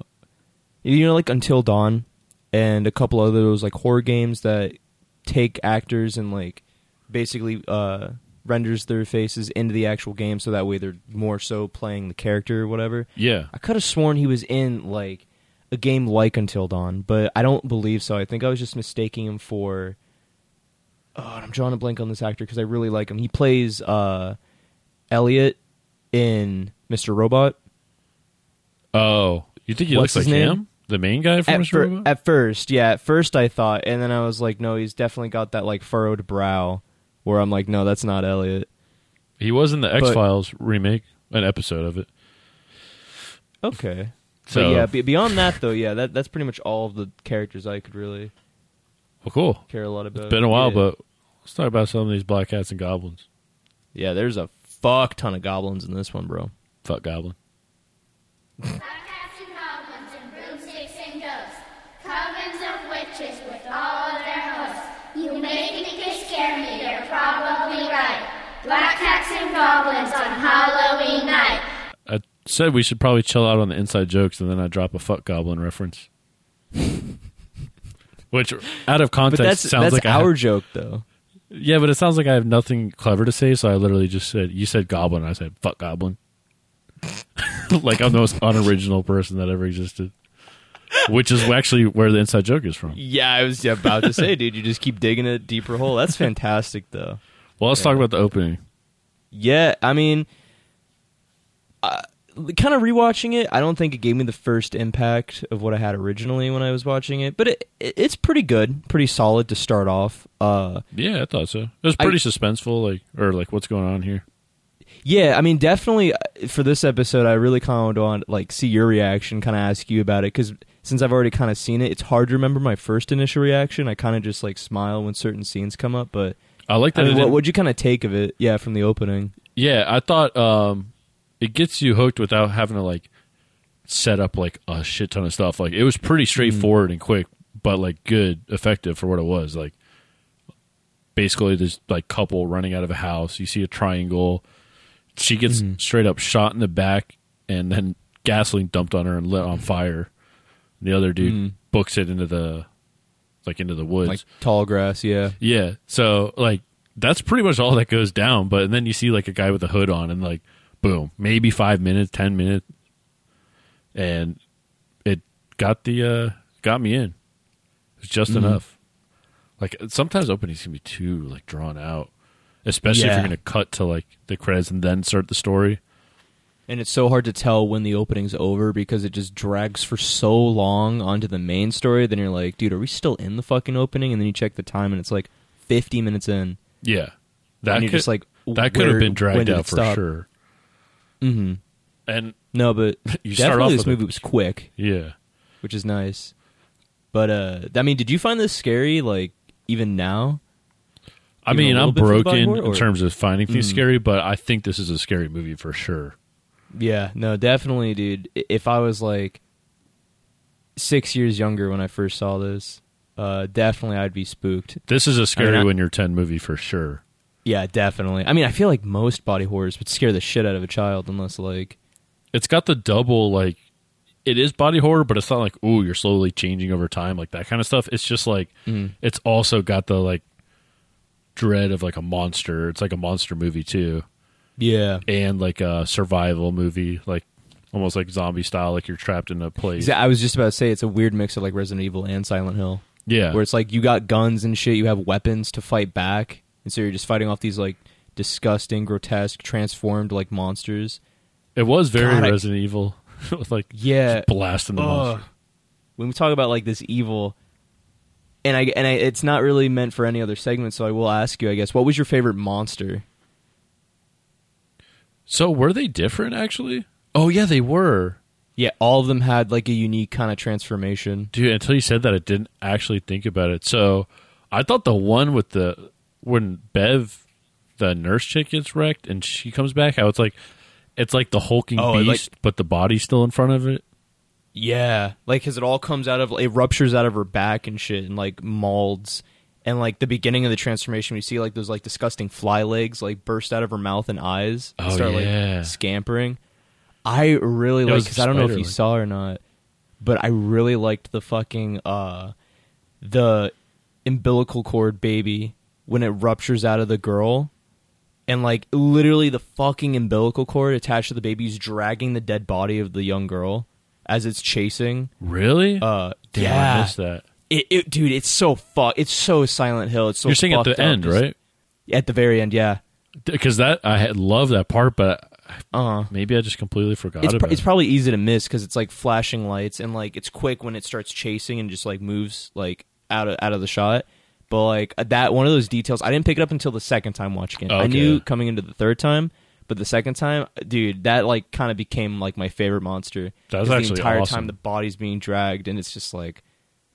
E: you know, like Until Dawn, and a couple other those like horror games that take actors and like basically uh, renders their faces into the actual game, so that way they're more so playing the character or whatever.
D: Yeah.
E: I could have sworn he was in like a game like Until Dawn, but I don't believe so. I think I was just mistaking him for. Oh, and I'm drawing a blank on this actor because I really like him. He plays uh, Elliot in Mr. Robot.
D: Oh, you think he
E: What's
D: looks
E: his
D: like
E: name?
D: him? The main guy from
E: At,
D: Mr.
E: fir-
D: Robot?
E: at first, yeah, at first I thought, and then I was like, no, he's definitely got that like furrowed brow, where I'm like, no, that's not Elliot.
D: He was in the X Files remake, an episode of it.
E: Okay. So
D: So-
E: yeah, be- beyond that though, yeah, that that's pretty much all of the characters I could really
D: Well, cool.
E: care a lot about.
D: It's been a while,
E: Yeah.
D: but let's talk about some of these black cats and goblins.
E: yeah, there's a fuck ton of goblins in this one, bro.
D: Fuck goblin.
G: Black cats and goblins and broomsticks and ghosts, covens of witches with all of their hosts. You may think they scare me, you're probably right. Black cats and goblins on Halloween night.
D: I said we should probably chill out on the inside jokes, and then I drop a fuck goblin reference, (laughs) which out of
E: But
D: context
E: that's
D: sounds
E: that's
D: like I
E: our
D: have-
E: joke though.
D: yeah, but it sounds like I have nothing clever to say, so I literally just said you said goblin, and I said fuck goblin, (laughs) like I'm the most unoriginal person that ever existed, which is actually where the inside joke is from.
E: Yeah, I was about to say, dude, you just keep digging a deeper hole. (laughs) That's fantastic though.
D: Well, let's talk about the opening.
E: Yeah, I mean, uh, kind of rewatching it. I don't think it gave me the first impact of what I had originally when I was watching it, but it, it it's pretty good, pretty solid to start off. Uh,
D: Yeah, I thought so. It was
E: I-
D: pretty suspenseful, like or like what's going on here.
E: Yeah, I mean, definitely uh, for this episode, I really kind of want to like see your reaction, kind of ask you about it because since I've already kind of seen it, it's hard to remember my first initial reaction. I kind of just like smile when certain scenes come up, but
D: I like
E: I
D: that.
E: mean,
D: it
E: what
D: didn't-
E: would you kind of take of it? Yeah, from the opening.
D: yeah, I thought um, it gets you hooked without having to like set up like a shit ton of stuff. Like it was pretty
E: Hmm.
D: straightforward and quick, but like good, effective for what it was. Like basically, this like couple running out of a house. You see a triangle. She gets
E: Hmm.
D: straight up shot in the back, and then gasoline dumped on her and lit on fire. The other dude books it into the like into the woods.
E: Hmm. Like tall grass, yeah.
D: Yeah. So like that's pretty much all that goes down. But and then you see like a guy with a hood on, and like boom, maybe five minutes, ten minutes, and it got the uh got me in. It's just
E: Mm-hmm.
D: enough. Like sometimes openings can be too like drawn out, especially if
E: Yeah.
D: you're gonna cut to like the credits and then start the story.
E: And it's so hard to tell when the opening's over because it just drags for so long onto the main story. Then you're like, dude, are we still in the fucking opening? And then you check the time and it's like 50 minutes in.
D: Yeah, that
E: and
D: could,
E: you're just like,
D: that could have
E: where-
D: been
E: when
D: dragged
E: did
D: out
E: it
D: for
E: stop?
D: sure. Mm-hmm. And
E: No, but
D: (laughs) You
E: you
D: start
E: definitely
D: off
E: this
D: with a-
E: movie was quick,
D: yeah,
E: which is nice. But, uh, I mean, did you find this scary, like, even now?
D: I
E: Even a
D: mean,
E: little
D: I'm
E: bit for the body
D: broken
E: horror,
D: in
E: or-
D: terms of finding things scary, but I think this is a scary movie for sure.
E: Yeah, no, definitely, dude. I- If I was like six years younger when I first saw this, uh, definitely I'd be spooked.
D: This is a scary
E: I-
D: when you're 10 movie for sure.
E: Yeah, definitely. I mean, I feel like most body horrors would scare the shit out of a child unless like
D: It's got the double, like, it is body horror, but it's not like, ooh, you're slowly changing over time, like that kind of stuff. It's just like, it's also got the, like, dread of, like, a monster. It's like a monster movie, too.
E: yeah.
D: And, like, a survival movie, like, almost like zombie style, like you're trapped in a place.
E: Exa- I was just about to say it's a weird mix of like Resident Evil and Silent Hill,
D: Yeah.
E: where it's like you got guns and shit, you have weapons to fight back, and so you're just fighting off these like disgusting, grotesque, transformed like monsters.
D: it was very
E: God, I-
D: Resident Evil. (laughs) with, like,
E: Yeah.
D: just blasting the monster.
E: when we talk about like this evil and I and I, it's not really meant for any other segment, so I will ask you, I guess, what was your favorite monster?
D: So were they different actually? Oh yeah, they were.
E: Yeah, all of them had like a unique kind of transformation.
D: Dude, until you said that I didn't actually think about it. So I thought the one with the when Bev the nurse chick gets wrecked and she comes back, how it's like it's like the hulking
E: Oh, like-
D: beast, but the body's still in front of it.
E: Yeah, like because it all comes out of it ruptures out of her back and shit, and like molds, and like the beginning of the transformation, we see like those like disgusting fly legs like burst out of her mouth and eyes, and
D: Oh,
E: start
D: yeah.
E: like scampering. I really like
D: was
E: because I don't know if you
D: spider-like.
E: saw or not, but I really liked the fucking uh the umbilical cord baby when it ruptures out of the girl and like literally the fucking umbilical cord attached to the baby is dragging the dead body of the young girl as it's chasing.
D: Really?
E: Uh,
D: Damn, I
E: yeah,
D: missed that.
E: it, it, dude, it's so fuck, it's so Silent Hill. It's so
D: You're saying at
E: fucked
D: the
E: up.
D: end,
E: Just-
D: right?
E: At the very end, yeah.
D: Because that I had love that part, but
E: Uh,
D: maybe I just completely forgot
E: it's pr-
D: about
E: it's
D: it.
E: probably easy to miss because it's like flashing lights and like it's quick when it starts chasing and just like moves like out of out of the shot. But like uh, that one of those details, I didn't pick it up until the second time watching it. I
D: Okay.
E: knew coming into the third time, but the second time, uh, dude, that like kind of became like my favorite monster.
D: That was
E: 'Cause
D: actually
E: the entire
D: awesome.
E: time the body's being dragged and it's just like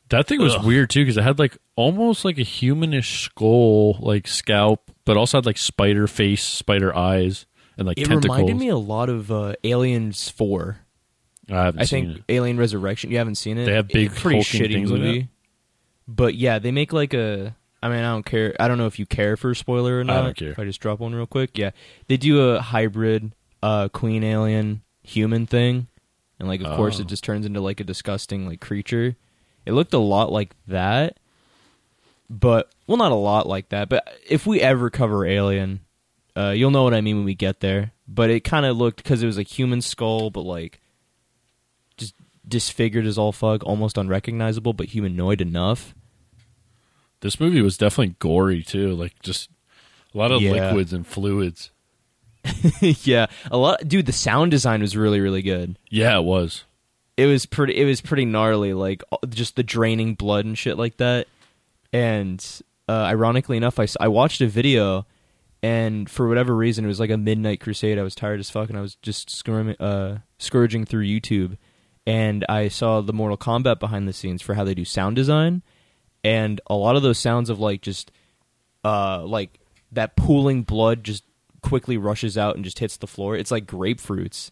D: That thing was weird too because it had like almost like a humanish skull, like scalp, but also had like spider face, spider eyes, and like
E: it
D: tentacles.
E: reminded me a lot of uh, Aliens Four.
D: I haven't
E: I
D: seen
E: think
D: it.
E: Alien Resurrection. You haven't seen it.
D: They have big
E: pretty
D: hulking
E: shitty
D: things like
E: movie. but yeah, they make like a. I mean, I don't care. I don't know if you care for a spoiler or not.
D: don't care.
E: If I just drop one real quick, yeah, they do a hybrid uh, queen alien human thing, and like of course
D: Oh.
E: it just turns into like a disgusting like creature. It looked a lot like that, but well, not a lot like that. But if we ever cover Alien, uh, you'll know what I mean when we get there. But it kind of looked because it was a human skull, but like just disfigured as all fuck, almost unrecognizable, but humanoid enough.
D: This movie was definitely gory too, like just a lot of
E: Yeah.
D: liquids and fluids.
E: (laughs) yeah, a lot, dude. The sound design was really, really good.
D: Yeah, it was.
E: It was pretty. It was pretty gnarly, like all- just the draining blood and shit like that. And uh, ironically enough, I, s- I watched a video, and for whatever reason, it was like a midnight crusade. I was tired as fuck, and I was just scrim- uh, scourging through YouTube, and I saw the Mortal Kombat behind the scenes for how they do sound design, and a lot of those sounds of like just, uh, like that pooling blood just quickly rushes out and just hits the floor. It's like grapefruits.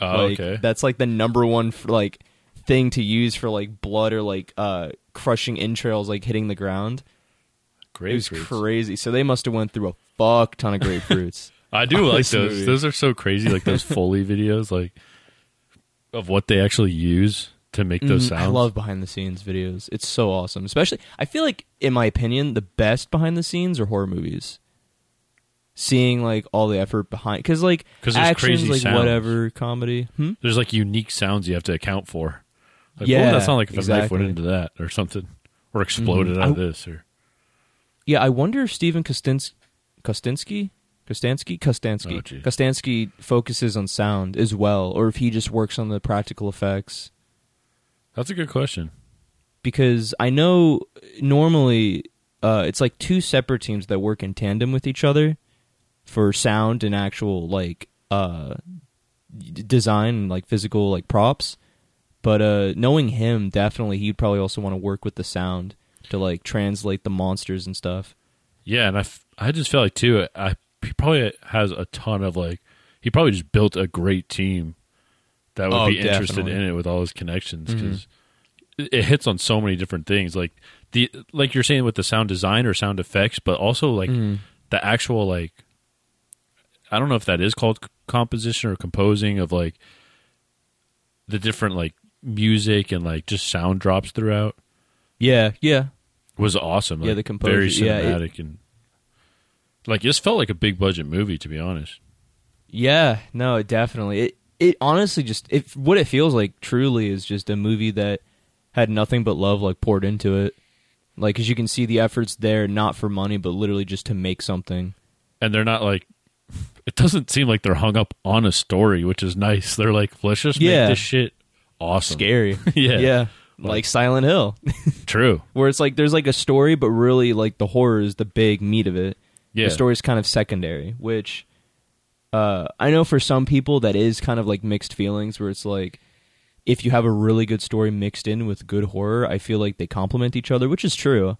D: Oh,
E: Like,
D: okay.
E: That's like the number one f- like thing to use for like blood or like uh crushing entrails like hitting the ground. It was
D: Grapefruits.
E: crazy. So they must have went through a fuck ton of grapefruits.
D: I do like
E: this
D: those.
E: movie.
D: Those are so crazy. Like
E: (laughs)
D: those Foley videos, like of what they actually use to make (laughs) those
E: Mhm.
D: sounds.
E: I love behind the scenes videos. It's so awesome. Especially I feel like in my opinion the best behind the scenes are horror movies. Seeing like all the effort behind cuz like
D: 'Cause there's
E: actions
D: crazy
E: like
D: sounds.
E: whatever comedy. Hmm?
D: There's like unique sounds you have to account for. Like, what
E: Yeah,
D: would that sound like if a knife went
E: exactly.
D: into that or something, or exploded
E: Mhm.
D: out of
E: I-
D: this? Or
E: Yeah, I wonder if Stephen Kostins- Kostinsky, Kostansky,
D: Oh,
E: Kostansky,
D: gee.
E: Kostansky focuses on sound as well, or if he just works on the practical effects.
D: that's a good question.
E: Because I know normally uh, it's like two separate teams that work in tandem with each other for sound and actual like uh, d- design and like physical like props. But uh, knowing him, definitely he'd probably also want to work with the sound to like translate the monsters and stuff.
D: Yeah, and I, f- I just felt like too. I he probably has a ton of like he probably just built a great team that would
E: Oh,
D: be interested
E: definitely. Mm-hmm.
D: in it with all his connections because it hits on so many different things. Like the like you're saying with the sound design or sound effects, but also like
E: Mm-hmm.
D: the actual like I don't know if that is called c- composition or composing of like the different like music and like just sound drops throughout
E: Yeah, yeah,
D: was awesome.
E: Yeah,
D: like,
E: the composure-
D: very
E: yeah, it-
D: cinematic and like this felt like a big budget movie. To be honest,
E: Yeah, no, definitely. It it honestly just it what it feels like truly is just a movie that had nothing but love like poured into it. Like as you can see the efforts there not for money but literally just to make something.
D: and they're not like (laughs) it doesn't seem like they're hung up on a story, which is nice. They're like let's just
E: Yeah.
D: make this shit awesome.
E: Scary.
D: Yeah.
E: (laughs) Yeah. Like Silent Hill,
D: True.
E: where it's like there's like a story but really like the horror is the big meat of it.
D: Yeah.
E: The story's kind of secondary, which uh I know for some people that is kind of like mixed feelings where it's like if you have a really good story mixed in with good horror, I feel like they complement each other, which is true.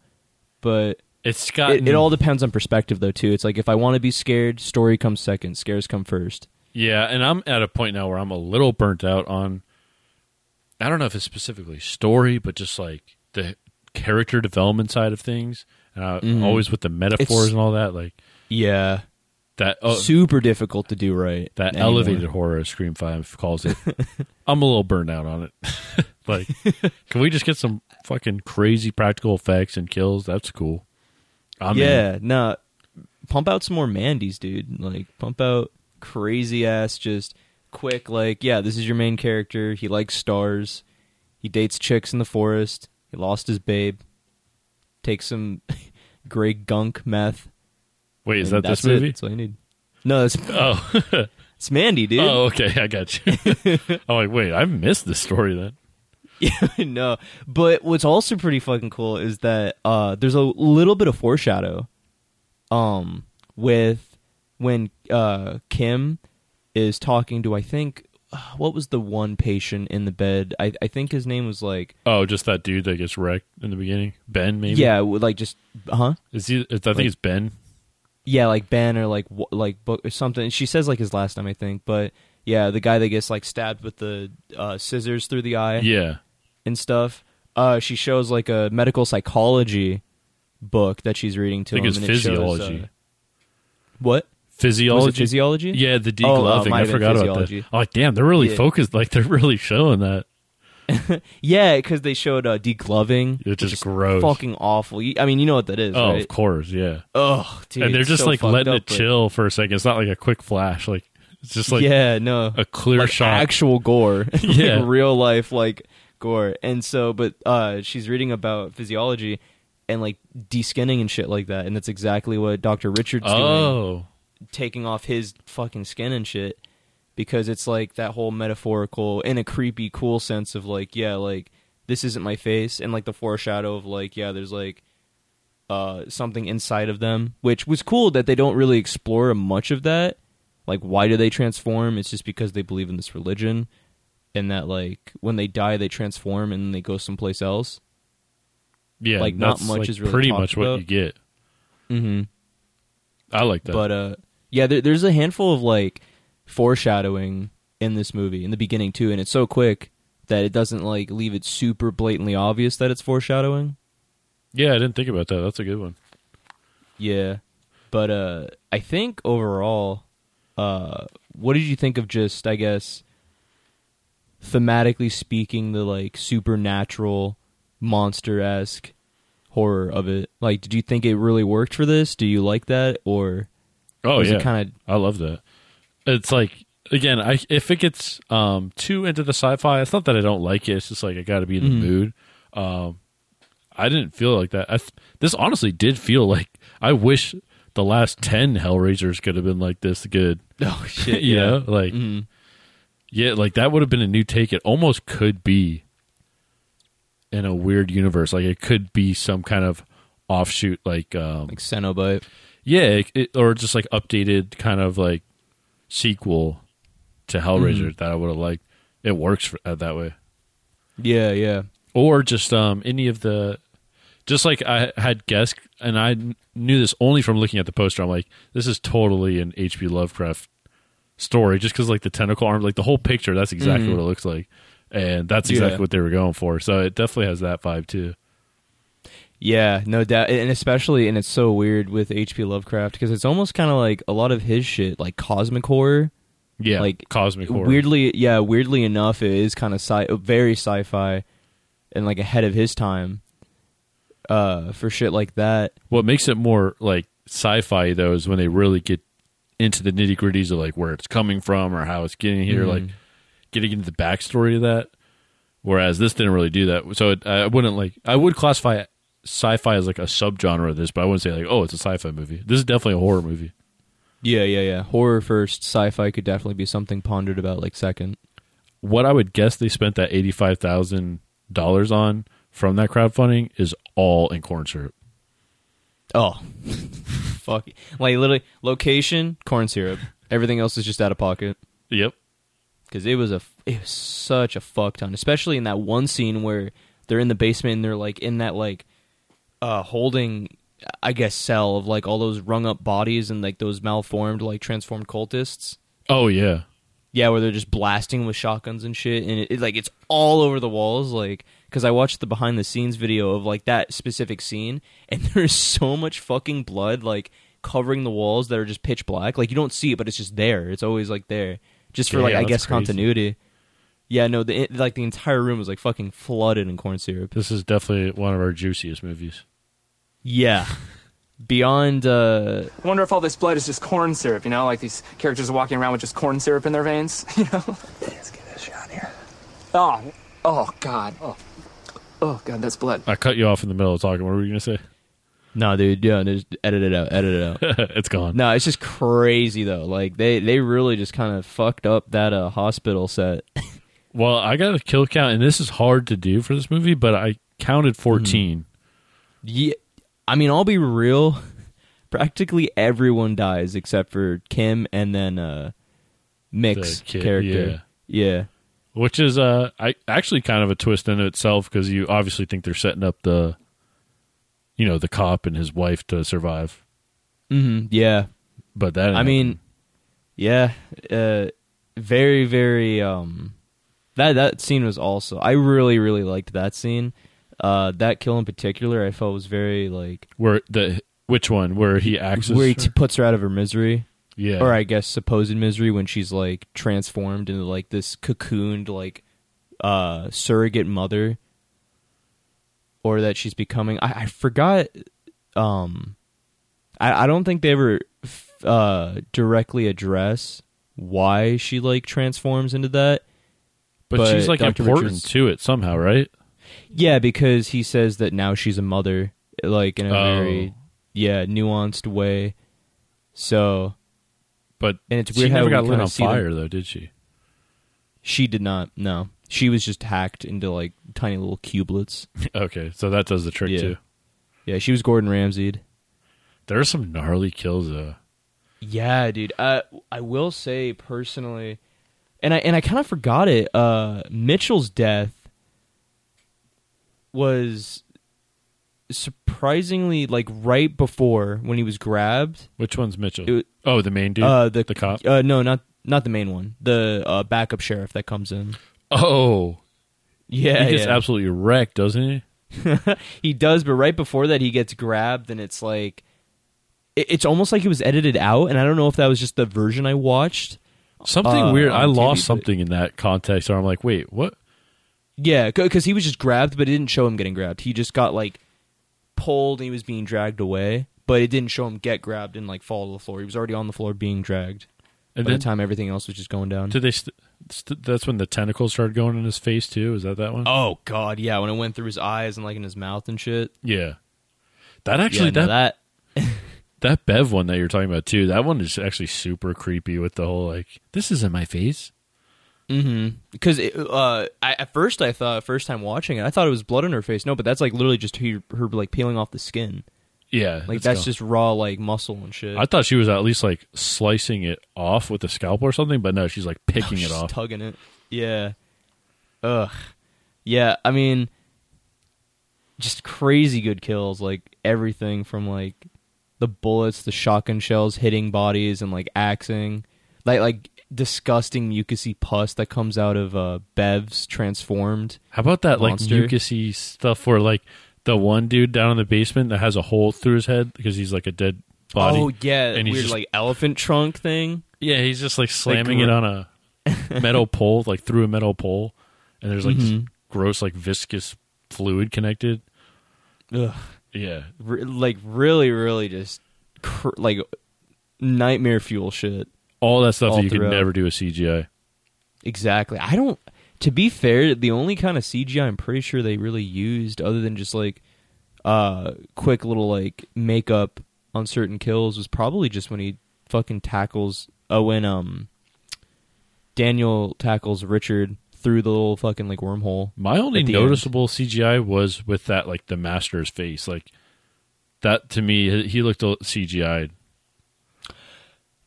E: But
D: It's got
E: it, it all depends on perspective, though, too. It's like if I want to be scared, story comes second, scares come first.
D: Yeah, and I'm at a point now where I'm a little burnt out on. I don't know if it's specifically story, but just like the character development side of things, and I,
E: Mm-hmm.
D: always with the metaphors and all that, like
E: Yeah,
D: that. Oh,
E: super difficult to do right.
D: that
E: anymore.
D: elevated horror as Scream Five calls
E: (laughs)
D: it. I'm a little burned out on it. (laughs) like, can we just get some fucking crazy practical effects and kills? That's cool. I'm in.
E: yeah, no. Pump out some more Mandy's, dude. Like pump out crazy ass, just quick. Like yeah, this is your main character. He likes stars. He dates chicks in the forest. He lost his babe. Takes some (laughs) gray gunk meth.
D: Wait, is
E: and
D: that this
E: that's it.
D: movie?
E: That's all you need. No, that's
D: Oh,
E: it's Mandy, dude.
D: oh, okay, I got
E: (laughs)
D: you. I'm like, wait, I missed this story then.
E: (laughs) no, but what's also pretty fucking cool is that uh, there's a little bit of foreshadow, um, with when uh, Kim is talking to I think (sighs) uh, what was the one patient in the bed? I I think his name was like
D: Oh, just that dude that gets wrecked in the beginning, Ben. Maybe.
E: yeah, w- like just huh?
D: Is he? I think it's Ben.
E: Yeah, like Ben or like wh- like book or something. She says like his last name I think, but yeah, the guy that gets like stabbed with the uh, scissors through the eye.
D: Yeah.
E: and stuff. Uh, she shows like a medical psychology book that she's reading
D: I
E: to
D: think
E: him.
D: it's
E: and it shows,
D: physiology.
E: uh, what?
D: Physiology.
E: physiology?
D: Yeah, the
E: Oh, uh,
D: degloving.
E: might
D: I
E: have been
D: forgot about that.
E: physiology.
D: I'm like, damn, they're really
E: Yeah.
D: focused. Like, they're really showing that.
E: Yeah, because they showed uh, degloving.
D: It's
E: which
D: just
E: is
D: gross.
E: Fucking awful. You- I mean, you know what that is,
D: Oh, of
E: right?
D: course, yeah.
E: Oh, dude.
D: and they're
E: it's
D: just
E: so
D: like
E: fucked
D: letting
E: up,
D: it
E: but-
D: chill for a second. It's not like a quick flash. Like it's just like
E: yeah, no.
D: a clear
E: like
D: shot.
E: actual gore, (laughs)
D: Yeah.
E: like real life like gore. And so, but uh, she's reading about physiology and like deskinning and shit like that, and that's exactly what Doctor Richard's doing.
D: oh,
E: taking off his fucking skin and shit because it's like that whole metaphorical in a creepy cool sense of like yeah like this isn't my face and like the foreshadow of like yeah there's like uh, something inside of them, which was cool that they don't really explore much of that. Like, why do they transform? It's just because they believe in this religion, and that like when they die, they transform and they go someplace else.
D: Yeah,
E: Like,
D: and
E: not
D: that's,
E: much
D: like,
E: is really
D: pretty
E: talked
D: much what
E: about.
D: you get.
E: Mm-hmm.
D: I like that.
E: But uh, yeah, there, there's a handful of like foreshadowing in this movie in the beginning too, and it's so quick that it doesn't like leave it super blatantly obvious that it's foreshadowing.
D: yeah, I didn't think about that. That's a good one.
E: Yeah, but uh, I think overall, uh, what did you think of just I guess thematically speaking, the like supernatural monster esque horror of it? Like, did you think it really worked for this? Do you like that or?
D: Oh
E: was
D: yeah,
E: it kind of
D: I love that. It's like again, I if it gets um too into the sci-fi, it's not that I don't like it. It's just like I got to be in the
E: Mm-hmm.
D: mood. Um, I didn't feel like that. I th- this honestly did feel like I wish the last ten Hellraisers could have been like this good.
E: (laughs) oh (laughs)
D: (laughs)
E: shit?
D: you know, like yeah, like that would have been a new take. It almost could be in a weird universe. Like it could be some kind of offshoot, like um,
E: like Cenobite.
D: yeah, it, it- or just like updated kind of like sequel to Hellraiser that I would have liked. It works for, uh, that way,
E: Yeah, yeah.
D: or just um any of the, just like I had guessed, and I kn- knew this only from looking at the poster. I'm like, this is totally an H.P. Lovecraft story, just because like the tentacle arm, like the whole picture, that's exactly what it looks like, and that's exactly
E: Mm-hmm. Yeah.
D: what they were going for. So it definitely has that vibe too.
E: Yeah, no doubt, and especially, and it's so weird with H.P. Lovecraft because it's almost kind of like a lot of his shit, like cosmic horror,
D: Yeah,
E: like
D: cosmic horror.
E: Weirdly, yeah, weirdly enough, it is kind of sci, very sci-fi, and like ahead of his time. Uh, for shit like that,
D: What makes it more like sci-fi though is when they really get into the nitty gritties of like where it's coming from or how it's getting here, like getting into the backstory of that. Whereas this didn't really do that, so it, I wouldn't like. I would classify sci-fi as like a subgenre of this, but I wouldn't say like, oh, it's a sci-fi movie. This is definitely a horror movie.
E: yeah, yeah, yeah. Horror first, sci-fi could definitely be something pondered about like second.
D: What I would guess they spent that eighty-five thousand dollars on from that crowdfunding is all in corn syrup.
E: Oh, (laughs) fuck! Like literally, location, corn syrup. Everything else is just out of pocket.
D: Yep.
E: because it was a it was such a fuck ton, especially in that one scene where they're in the basement and they're like in that like uh holding I guess cell of like all those rung up bodies and like those malformed like transformed cultists.
D: Oh yeah.
E: Yeah, where they're just blasting with shotguns and shit, and it, it like it's all over the walls. Like, because I watched the behind the scenes video of like that specific scene, and (laughs) there's so much fucking blood like covering the walls that are just pitch black. Like you don't see it, but it's just there. It's always like there, just for like
D: Damn,
E: I
D: that's
E: guess
D: crazy.
E: continuity. Yeah, no, the it- like the entire room was like fucking flooded in corn syrup.
D: This is definitely one of our juiciest movies.
E: (laughs) Yeah, beyond. uh
H: I wonder if all this blood is just corn syrup, you know, like these characters are walking around with just corn syrup in their veins, (laughs) you know? Let's get a shot here. Oh, oh God. Oh. oh, God, that's blood.
D: I cut you off in the middle of talking. What were you gonna say?
E: No, dude, yeah, just edit it out, edit it out.
D: (laughs) it's gone.
E: No, it's just crazy though. Like they they really just kind of fucked up that uh, hospital set.
D: Well, I got a kill count, and this is hard to do for this movie, but I counted 14.
E: yeah, I mean, I'll be real. (laughs) Practically everyone dies except for Kim and then uh Mick's
D: The kid,
E: character. Yeah. Hmm.
D: Which is uh, I actually kind of a twist in itself because you obviously think they're setting up the, you know, the cop and his wife to survive,
E: Mhm, yeah.
D: but that
E: I mean, yeah, uh, very, very. Um, that that scene was also. I really, really liked that scene. Uh, that kill in particular, I felt was very like
D: where the which one where he acts as-
E: where he t- puts her out of her misery,
D: yeah,
E: or I guess supposed misery when she's like transformed into like this cocooned like uh, surrogate mother, or that she's becoming. I, I forgot. Um, I, I don't think they ever f- uh, directly address why she like transforms into that.
D: but,
E: but
D: she's like
E: Dr.
D: important
E: Richards-
D: to it somehow, right?
E: Yeah, because he says that now she's a mother, like in a
D: Oh.
E: very yeah nuanced way. So
D: But
E: And it's
D: she
E: weird how
D: never
E: we
D: got lit
E: kinda
D: on
E: see them-
D: fire though, did she? (laughs)
E: she did not. No, she was just hacked into like tiny little cubelets.
D: okay, so that does the trick
E: Yeah.
D: too.
E: Yeah, she was Gordon Ramsayed.
D: There are some gnarly kills though.
E: Yeah, dude. Uh, I will say personally, and I and I kind of forgot it. Uh, Mitchell's death was surprisingly like right before when he was grabbed.
D: Which one's Mitchell?
E: It wa-
D: oh, the main dude,
E: uh, the
D: the cop.
E: Uh, no, not not the main one. The uh, backup sheriff that comes in.
D: oh,
E: Yeah,
D: he gets
E: yeah.
D: absolutely wrecked, doesn't he?
E: (laughs) he does, but right before that, he gets grabbed, and it's like, it- it's almost like it was edited out, and I don't know if that was just the version I watched.
D: Something
E: Uh,
D: weird. I
E: on
D: lost
E: TV, but-
D: something in that context, or I'm like, wait, what?
E: Yeah, because he was just grabbed, but it didn't show him getting grabbed. He just got like pulled, and he was being dragged away, but it didn't show him get grabbed and like fall to the floor. He was already on the floor being dragged.
D: And
E: by
D: then
E: the time everything else was just going down.
D: did they? St- st- that's when the tentacles started going in his face too. Is that that one?
E: oh God, yeah, when it went through his eyes and like in his mouth and shit.
D: yeah. That
E: Yeah,
D: actually
E: no,
D: that,
E: that
D: that Bev one that you're talking about too. That one is actually super creepy with the whole like this is in my face.
E: because uh, I, at first I thought first time watching it, I thought it was blood on her face. No, but that's like literally just her, her like peeling off the skin.
D: Yeah,
E: Like
D: it's
E: that's
D: gone.
E: just raw like muscle and shit.
D: I thought she was at least like slicing it off with a scalpel or something, but no, she's like picking
E: She's
D: it off.
E: tugging it. Yeah. Ugh. Yeah. I mean, just crazy good kills. Like everything from like the bullets, the shotgun shells hitting bodies, and like axing, like like disgusting mucousy pus that comes out of uh, Bev's transformed.
D: How about that
E: Monster.
D: like mucusy stuff where like the one dude down in the basement that has a hole through his head because he's like a dead body.
E: Oh yeah,
D: and he's
E: weird
D: just,
E: like elephant trunk thing.
D: yeah, he's just like slamming
E: gr-
D: it on a
E: (laughs)
D: metal pole, like through a metal pole, and there's like
E: Mm-hmm.
D: this gross like viscous fluid connected.
E: Ugh.
D: Yeah,
E: Re- like really, really just cr- like nightmare fuel shit.
D: all that stuff
E: All
D: that you
E: throughout.
D: could never do with CGI.
E: Exactly. I don't. To be fair, the only kind of CGI I'm pretty sure they really used, other than just like uh quick little like makeup on certain kills, was probably just when he fucking tackles. Oh, when um Daniel tackles Richard through the little fucking like wormhole.
D: My only
E: At the
D: noticeable CGI was with that like the master's face, like that to me he looked a- CGI'd.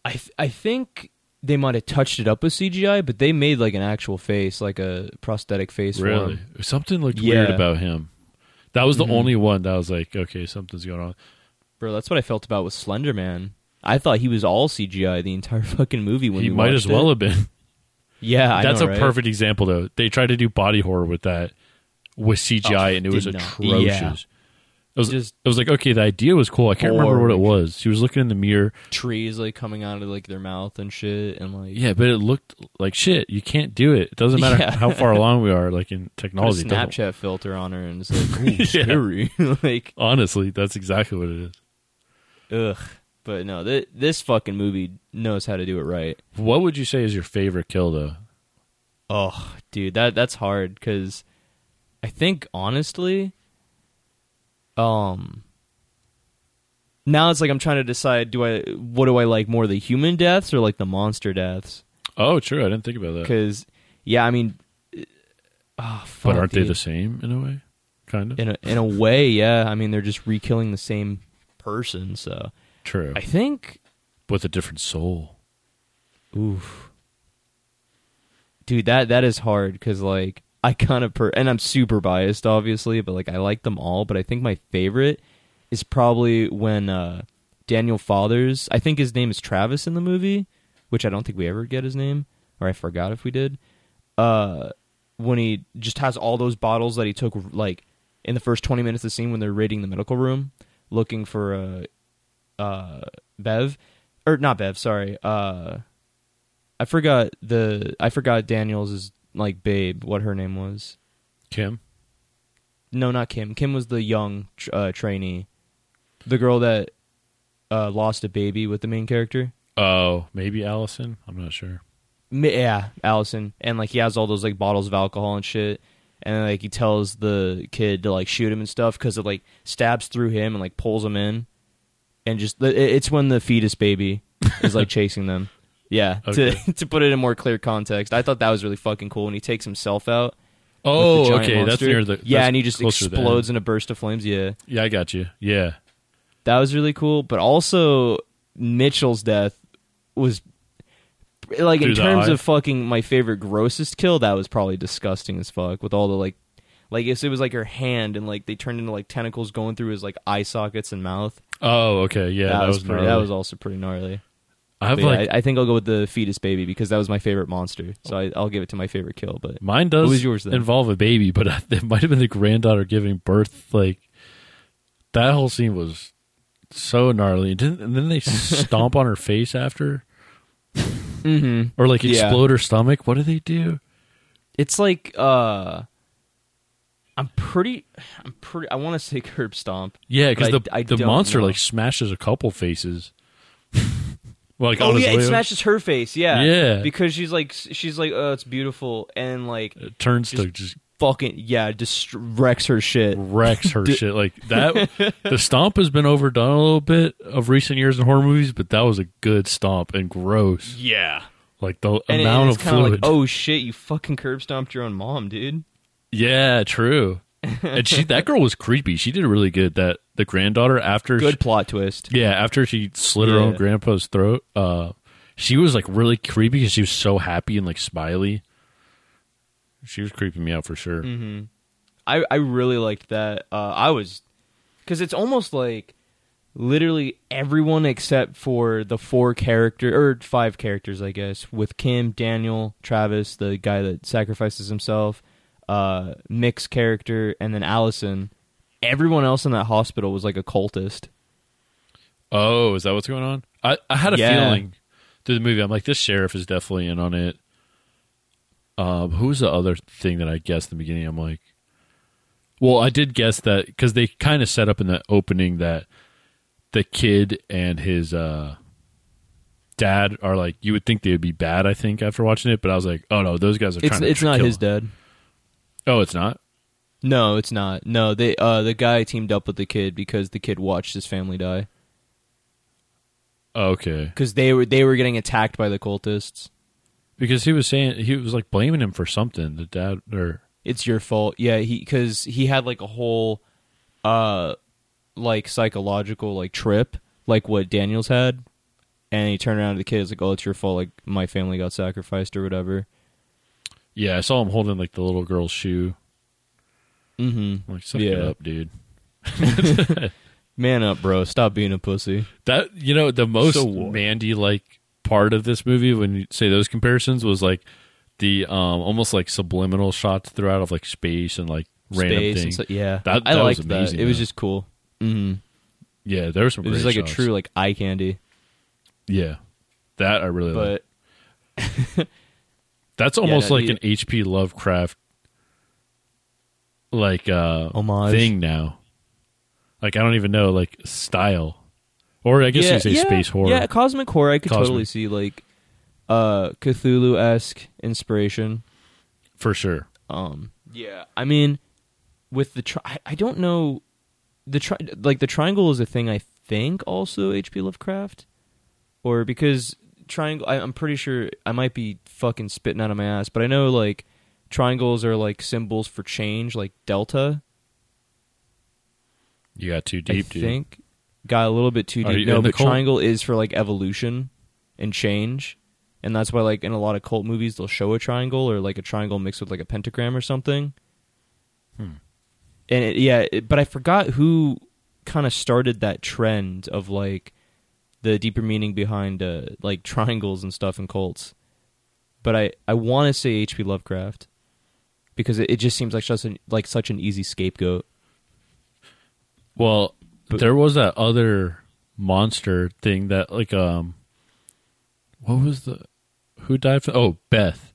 E: I th- I think they might have touched it up with CGI, but they made like an actual face, like a prosthetic face. For
D: Really?
E: him.
D: Something looked
E: Yeah. Mm-hmm.
D: weird about him. That was the only one that I was like, okay, something's going on.
E: bro. That's what I felt about with Slender Man. I thought he was all CGI the entire (laughs) fucking movie. When
D: he
E: we
D: might as
E: watched
D: well
E: it.
D: have been.
E: Yeah, I
D: That's
E: know,
D: a
E: right?
D: perfect example, though. They tried to do body horror with that with CGI,
E: Oh,
D: and it was
E: did not.
D: atrocious.
E: Yeah.
D: It was
E: Just-
D: just. It was like okay, the idea was cool. I can't remember what it was. She was looking in the mirror.
E: trees like coming out of like their mouth and shit, and like
D: Yeah, but it looked like shit. You can't do it. It doesn't matter
E: (laughs) Yeah.
D: how far along we are, like in
E: put a
D: technology. it doesn't-
E: Snapchat filter on her, and it's
D: (laughs)
E: like ooh,
D: Yeah.
E: scary. (laughs) like
D: Honestly, that's exactly what it is.
E: ugh. But no, th- this fucking movie knows how to do it right.
D: What would you say is your favorite kill, though?
E: Oh, dude, that that's hard because I think honestly, um, now it's like I'm trying to decide: do I what do I like more, the human deaths or like the monster deaths?
D: Oh, true. I didn't think about that.
E: Because yeah, I mean, oh, fuck,
D: But aren't they
E: dude.
D: the same in a way? Kind of.
E: in a, in a way? Yeah, I mean, they're just re-killing the same person. So
D: True.
E: I think,
D: with a different soul.
E: oof, dude, that that is hard because like I kind of per and I'm super biased, obviously, but like I like them all. But I think my favorite is probably when uh, Daniel Fathers. I think his name is Travis in the movie, which I don't think we ever get his name, or I forgot if we did. Uh, when he just has all those bottles that he took, like in the first twenty minutes of the scene when they're raiding the medical room, looking for uh, uh, Bev, or not Bev, sorry. Uh, I forgot the I forgot Daniel's like babe, what her name was.
D: Kim?
E: No, not Kim. Kim was the young tr- uh, trainee, the girl that uh, lost a baby with the main character.
D: Oh, maybe Allison? I'm not sure.
E: M- yeah, Allison, and like he has all those like bottles of alcohol and shit, and like he tells the kid to like shoot him and stuff because it like stabs through him and like pulls him in, and just it- it's when the fetus baby is like chasing them. Yeah,
D: Okay.
E: (laughs) to to put it in more clear context, I thought that was really fucking cool when he takes himself out
D: Oh,
E: giant
D: okay, that's
E: monster.
D: near the-
E: yeah,
D: that's
E: and he just
D: closer to the
E: explodes in a burst of flames. Yeah,
D: Yeah, I got you. Yeah.
E: that was really cool. But also Mitchell's death was like
D: Through
E: in
D: the
E: terms
D: eye.
E: of fucking my favorite grossest kill. That was probably disgusting as fuck with all the like, like if it was like her hand and like they turned into like tentacles going through his like eye sockets and mouth.
D: Oh, okay. Yeah, that,
E: that, was,
D: was
E: pretty,
D: gnarly.
E: that was also pretty gnarly.
D: I have
E: But yeah,
D: like
E: I, I think I'll go with the fetus baby because that was my favorite monster. So I, I'll give it to my favorite kill. But
D: mine does
E: What was yours then?
D: involve a baby, but (laughs) it might have been the granddaughter giving birth. Like that whole scene was so gnarly. Didn't, and
E: (laughs)
D: then they stomp on her face after, mm-hmm. or like
E: Yeah.
D: explode her stomach. What do they do?
E: It's like uh I'm pretty I'm pretty I want to say (laughs) curb stomp.
D: Yeah, because the
E: But I- I
D: the
E: don't
D: monster
E: know.
D: like smashes a couple faces. (laughs) like
E: Oh
D: on his
E: yeah,
D: way
E: it
D: over,
E: smashes her face. Yeah.
D: Yeah.
E: Because she's like she's like oh it's beautiful and like
D: it turns to just
E: fucking yeah, just wrecks her shit.
D: wrecks
E: (laughs)
D: her shit like that. the stomp has been overdone a little bit of recent years in horror movies, but that was a good stomp and gross.
E: Yeah.
D: Like the
E: And it-
D: amount
E: and it's
D: of
E: kinda
D: fluid.
E: like oh shit, you fucking curb stomped your own mom, dude.
D: Yeah,
E: (laughs)
D: true. and she that girl was creepy. She did really good. That the granddaughter after she-
E: Good plot twist.
D: yeah after she slit her
E: Yeah.
D: own grandpa's throat. Uh, she was like really creepy because she was so happy and like smiley. She was creeping me out for sure.
E: I I really liked that. Uh, I was because it's almost like literally everyone except for the four character or five characters, I guess, with Kim, Daniel, Travis, the guy that sacrifices himself, uh, Mick's character, and then Allison. Everyone else in that hospital was like a cultist.
D: Oh, is that what's going on? I I had a
E: Yeah.
D: feeling through the movie. I'm like this sheriff is definitely in on it. Um, who's the other thing that I guessed in the beginning? I'm like, well, I did guess that because they kind of set up in the opening that the kid and his uh, dad are like. You would think they would be bad. I think after watching it, but I was like, oh no, those guys are.
E: It's
D: trying to
E: it's not
D: kill
E: his
D: him.
E: dad.
D: Oh, it's not.
E: No, it's not. No, they uh the guy teamed up with the kid because the kid watched his family die
D: Okay,
E: because they were they were getting attacked by the cultists.
D: because he was saying he was like blaming him for something. The dad or
E: it's your fault. Yeah, he because he had like a whole, uh, like psychological like trip, like what Daniels had, and he turned around to the kids like, "Oh, it's your fault. Like my family got sacrificed or whatever."
D: yeah, I saw him holding like the little girl's shoe.
E: Mm-hmm.
D: I'm Like, suck it
E: Yeah.
D: up, dude.
E: Man up, bro. Stop being a pussy.
D: That you know the most
E: So what?
D: Mandy like part of this movie when you say those comparisons was like the um almost like subliminal shots throughout of like space and like random
E: Space and
D: things.
E: so- yeah,
D: That-
E: I
D: that was
E: liked
D: amazing,
E: that. It was
D: though.
E: just cool. Mm-hmm.
D: yeah, there were some.
E: It was
D: great
E: like a
D: shots.
E: true like eye candy,
D: yeah. That I really like.
E: but
D: That's almost
E: no,
D: like
E: the-
D: an H.P. Lovecraft like uh
E: Homage.
D: thing now. Like I don't even know like style, or I guess you say space horror.
E: Yeah, cosmic horror. I could
D: Cosmic.
E: totally see like uh Cthulhu esque inspiration.
D: for sure.
E: Um, yeah, I mean, with the tri- I, I don't know the tri- like the triangle is a thing I think also H.P. Lovecraft, or because triangle I, I'm pretty sure I might be fucking spitting out of my ass, but I know like triangles are like symbols for change, like delta.
D: You got too deep,
E: I
D: dude.
E: think got a little bit too
D: Are you
E: deep. No,
D: in the
E: but
D: cult?
E: triangle is for like evolution and change. And that's why, like in a lot of cult movies, they'll show a triangle or like a triangle mixed with like a pentagram or something.
D: Hmm.
E: And it, yeah, it, but I forgot who kind of started that trend of like the deeper meaning behind uh, like triangles and stuff in cults. But I I want to say H.P. Lovecraft because it, it just seems like such an like such an easy scapegoat.
D: Well, there was that other monster thing that like um what was the who died for oh Beth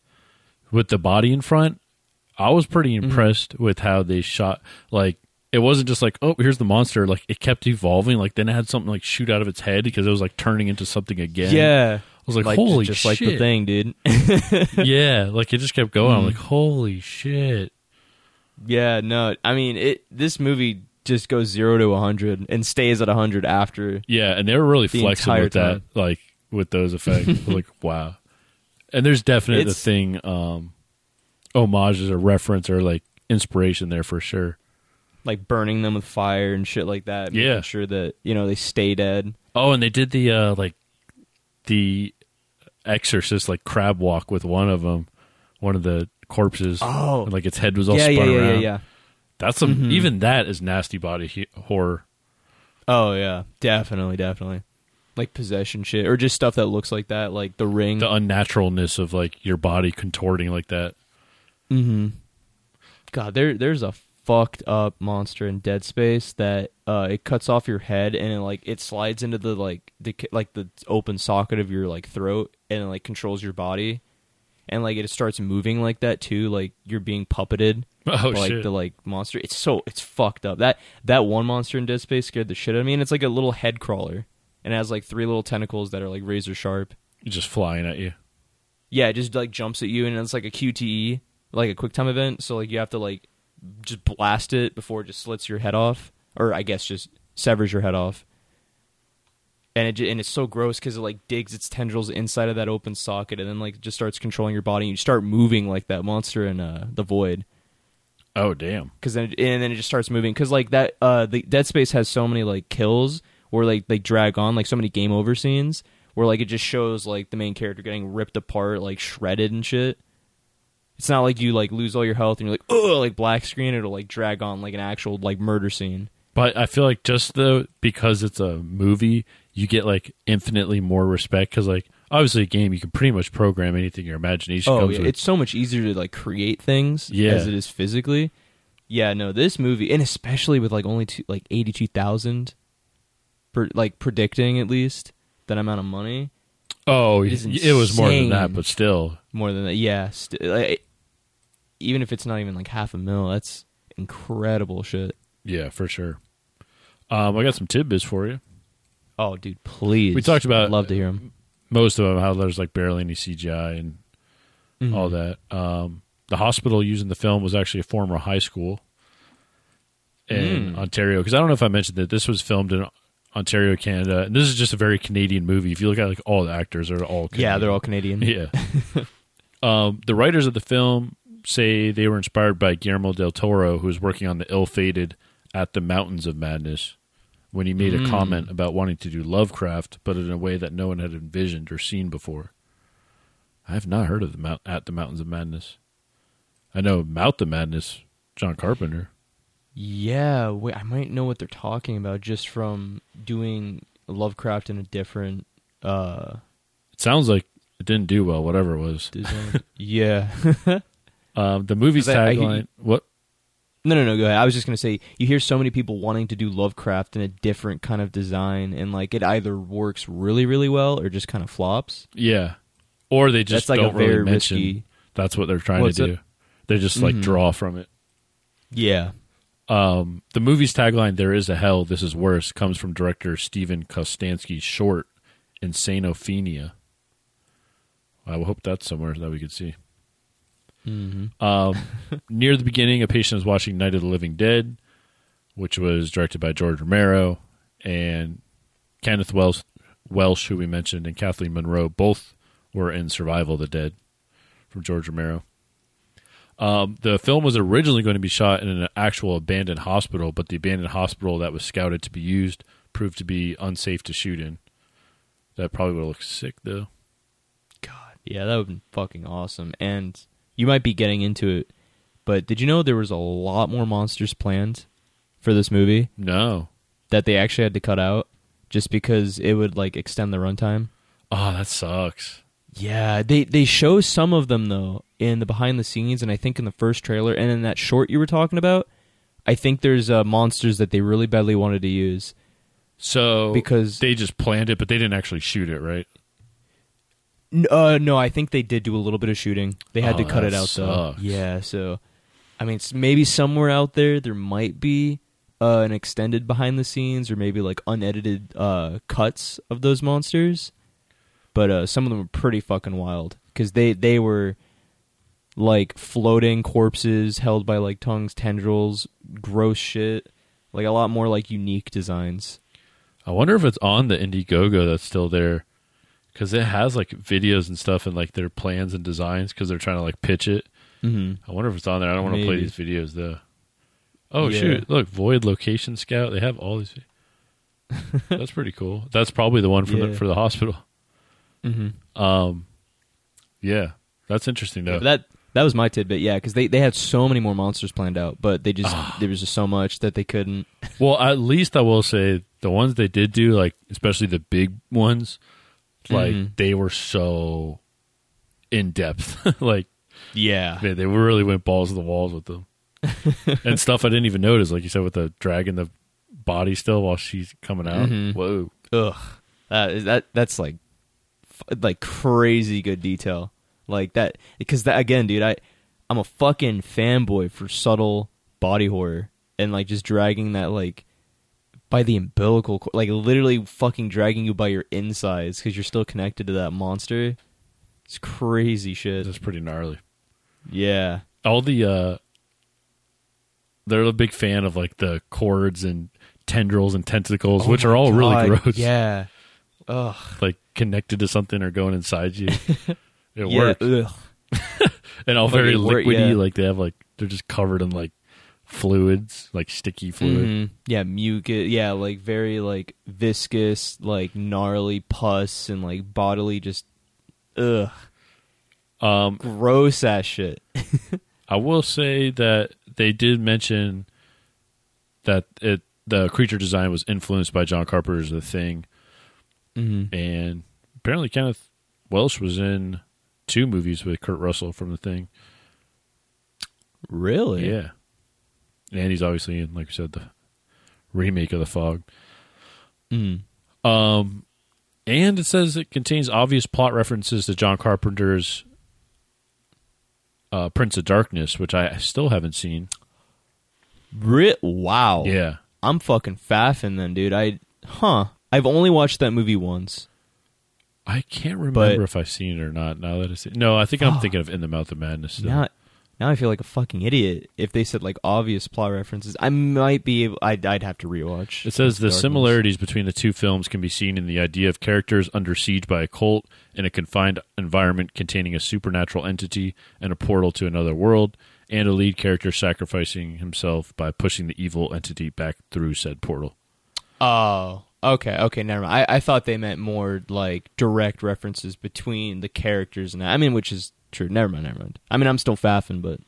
D: with the body in front. I was pretty
E: Mm-hmm.
D: impressed with how they shot like it wasn't just like oh here's the monster like it kept evolving like then it had something like shoot out of its head because it was like turning into something again.
E: Yeah.
D: I was like, holy
E: just
D: shit.
E: like the thing, dude.
D: (laughs)
E: (laughs)
D: yeah, like it just kept going.
E: Mm-hmm.
D: I'm like holy shit.
E: yeah, no. I mean, it this movie just goes 0 to 100 and stays at 100 after.
D: Yeah, and they were really
E: The
D: flexible
E: entire
D: with
E: time.
D: that, like
E: (laughs)
D: with those effects. I was like, wow. And there's definitely the
E: It's-
D: thing um homages or reference or like inspiration there for sure.
E: like burning them with fire and shit like that.
D: Yeah.
E: making sure that you know they stay dead.
D: Oh, and they did the uh like the Exorcist like crab walk with one of them, one of the corpses.
E: Oh.
D: and, like its head was all
E: yeah, yeah,
D: spun
E: yeah,
D: around.
E: yeah, yeah. Mm-hmm.
D: That's some even that is nasty body he- horror.
E: Oh yeah, definitely, definitely. Like possession shit, or just stuff that looks like that, like the ring.
D: The unnaturalness of like your body contorting like that.
E: God, there there's a fucked up monster in Dead Space that uh, it cuts off your head and it like it slides into the like the like the open socket of your like throat and it, like controls your body, and like it starts moving like that too, like you're being puppeted.
D: (laughs) Oh,
E: by, like
D: shit.
E: the like monster. It's so it's fucked up. That that one monster in Dead Space scared the shit out of me, and it's like a little head crawler, and it has like three little tentacles that are like razor sharp.
D: just flying at you.
E: yeah, it just like jumps at you, and it's like a QTE, like a quick time event. So like you have to like just blast it before it just slits your head off, or I guess just severs your head off. And it ju- and it's so gross because it like digs its tendrils inside of that open socket, and then like just starts controlling your body. And you start moving like that monster in uh, the void,
D: Oh damn.
E: because then it, and then it just starts moving. Because like that, uh, the Dead Space has so many like kills where like they drag on like so many game over scenes where like it just shows like the main character getting ripped apart, like shredded and shit. It's not like you like lose all your health and you're like oh like black screen. It'll like drag on like an actual like murder scene.
D: But I feel like just though because it's a movie, you get like infinitely more respect because like obviously a game you can pretty much program anything your imagination
E: Oh,
D: comes
E: yeah,
D: with.
E: it's so much easier to like create things
D: Yeah.
E: as it is physically. Yeah, no, this movie, and especially with like only two, like eighty two thousand, per like predicting at least that amount of money.
D: oh,
E: it is
D: y- it was more than that,
E: insane.
D: but still,
E: more than that. Yeah, st- like, even if it's not even like half a mil, that's incredible shit.
D: yeah, for sure. Um, I got some tidbits for you.
E: Oh, dude, please.
D: We talked about-
E: I'd love to hear them.
D: Most of them, how there's like barely any CGI and all that. Um, the hospital used in the film was actually a former high school in Ontario. Because I don't know if I mentioned that this was filmed in Ontario, Canada. And this is just a very Canadian movie. If you look at like all the actors, are all Canadian.
E: Yeah, they're all Canadian.
D: (laughs) Yeah. um, the writers of the film say they were inspired by Guillermo del Toro, who was working on the ill-fated At the Mountains of Madness, when he made
E: Hmm.
D: a comment about wanting to do Lovecraft, but in a way that no one had envisioned or seen before. I have not heard of the Mount- At the Mountains of Madness. I know Mount the Madness, John Carpenter.
E: Yeah, wait, I might know what they're talking about just from doing Lovecraft in a different uh
D: It sounds like it didn't do well, whatever it was.
E: design. (laughs) yeah.
D: Um, the movie's
E: Is that- I-
D: tagline. what?
E: No, no, no. Go ahead. I was just gonna say you hear so many people wanting to do Lovecraft in a different kind of design, and like it either works really, really well or just kind of flops.
D: Yeah. Or they just
E: That's like a
D: don't really
E: very
D: mention
E: risky-
D: that's what they're trying
E: What's
D: to
E: it?
D: do. They just
E: Mm-hmm.
D: like draw from it.
E: Yeah,
D: Um, the movie's tagline "There is a hell, this is worse" comes from director Steven Kostansky's short "Insanophenia." I hope that's somewhere that we could see. Um, near the beginning, a patient is watching Night of the Living Dead, which was directed by George Romero and Kenneth Welsh, Welsh, who we mentioned, and Kathleen Monroe. Both were in Survival of the Dead from George Romero. Um, the film was originally going to be shot in an actual abandoned hospital, but the abandoned hospital that was scouted to be used proved to be unsafe to shoot in. That probably would have looked sick, though.
E: Yeah, that would be fucking awesome. And you might be getting into it, but did you know there was a lot more monsters planned for this movie
D: No.
E: that they actually had to cut out just because it would like extend the runtime?
D: Oh, that sucks.
E: Yeah, they they show some of them though in the behind the scenes, and I think in the first trailer and in that short you were talking about. I think there's uh, monsters that they really badly wanted to use.
D: So
E: Because-
D: they just planned it, but they didn't actually shoot it, right?
E: N- uh, no, I think they did do a little bit of shooting. They had
D: Oh,
E: to cut
D: that
E: it out though.
D: sucks.
E: Yeah, so I mean, it's maybe somewhere out there there might be uh, an extended behind the scenes or maybe like unedited uh, cuts of those monsters. But uh, some of them were pretty fucking wild because they they were like floating corpses held by like tongues, tendrils, gross shit, like a lot more like unique designs.
D: I wonder if it's on the Indiegogo that's still there because it has like videos and stuff and like their plans and designs because they're trying to like pitch it. I wonder if it's on there. I don't want to play
E: Mm-hmm. Maybe.
D: these videos though. Oh
E: Yeah.
D: shoot! Look, Void Location Scout. They have all these.
E: (laughs)
D: That's pretty cool. That's probably the one from the,
E: Yeah.
D: for the hospital. Mm-hmm. Um, yeah, that's interesting though.
E: But that that was my tidbit, yeah, because they, they had so many more monsters planned out, but they just
D: Ah.
E: there was just so much that they couldn't.
D: Well, at least I will say the ones they did do, like especially the big ones, like
E: Mhm.
D: they were so in depth. (laughs) like
E: Yeah,
D: man, they really went balls to the walls with them, and stuff I didn't even notice. Like you said, with the dragging the body still while she's coming out.
E: Mhm.
D: Whoa.
E: ugh, that is- that that's like f- like crazy good detail, like that because that again, dude, I I'm a fucking fanboy for subtle body horror and like just dragging that like by the umbilical cord, like literally fucking dragging you by your insides because you're still connected to that monster. It's crazy shit.
D: That's pretty gnarly.
E: Yeah.
D: All the uh they're a big fan of like the cords and tendrils and tentacles, which are all really
E: Oh God,
D: gross.
E: Yeah. Ugh.
D: (laughs) Like connected to something or going inside you. It
E: yeah.
D: works.
E: Ugh.
D: And all
E: Fucking
D: very
E: work,
D: liquidy,
E: yeah.
D: like they have like they're just covered in like fluids, like sticky fluid.
E: Mhm. Yeah, mucus. Yeah, like very like viscous, like gnarly pus and like bodily just ugh,
D: Um
E: gross ass shit.
D: I will say that they did mention that it the creature design was influenced by John Carpenter's The Thing, Mm-hmm.
E: Mhm.
D: and apparently Kenneth Welsh was in two movies with Kurt Russell from The Thing.
E: Really?
D: Yeah, and he's obviously in, like you said, the remake of The Fog.
E: Mm.
D: Um, and it says it contains obvious plot references to John Carpenter's uh, Prince of Darkness, which I still haven't seen.
E: Re- wow.
D: Yeah.
E: I'm fucking faffing then, dude. I huh. I've only watched that movie once.
D: I can't remember
E: But-
D: if I've seen it or not. Now that I see, no, I think I'm thinking of In the Mouth of Madness. Still.
E: Now, now I feel like a fucking idiot if they said like obvious plot references. I might be able. I'd, I'd have to rewatch.
D: it says the
E: Darkness.
D: similarities between the two films can be seen in the idea of characters under siege by a cult in a confined environment containing a supernatural entity and a portal to another world, and a lead character sacrificing himself by pushing the evil entity back through said portal.
E: Oh, okay, okay, never mind. I, I thought they meant more like direct references between the characters, and I mean, which is true. Never mind, never mind. I mean, I'm still faffing, but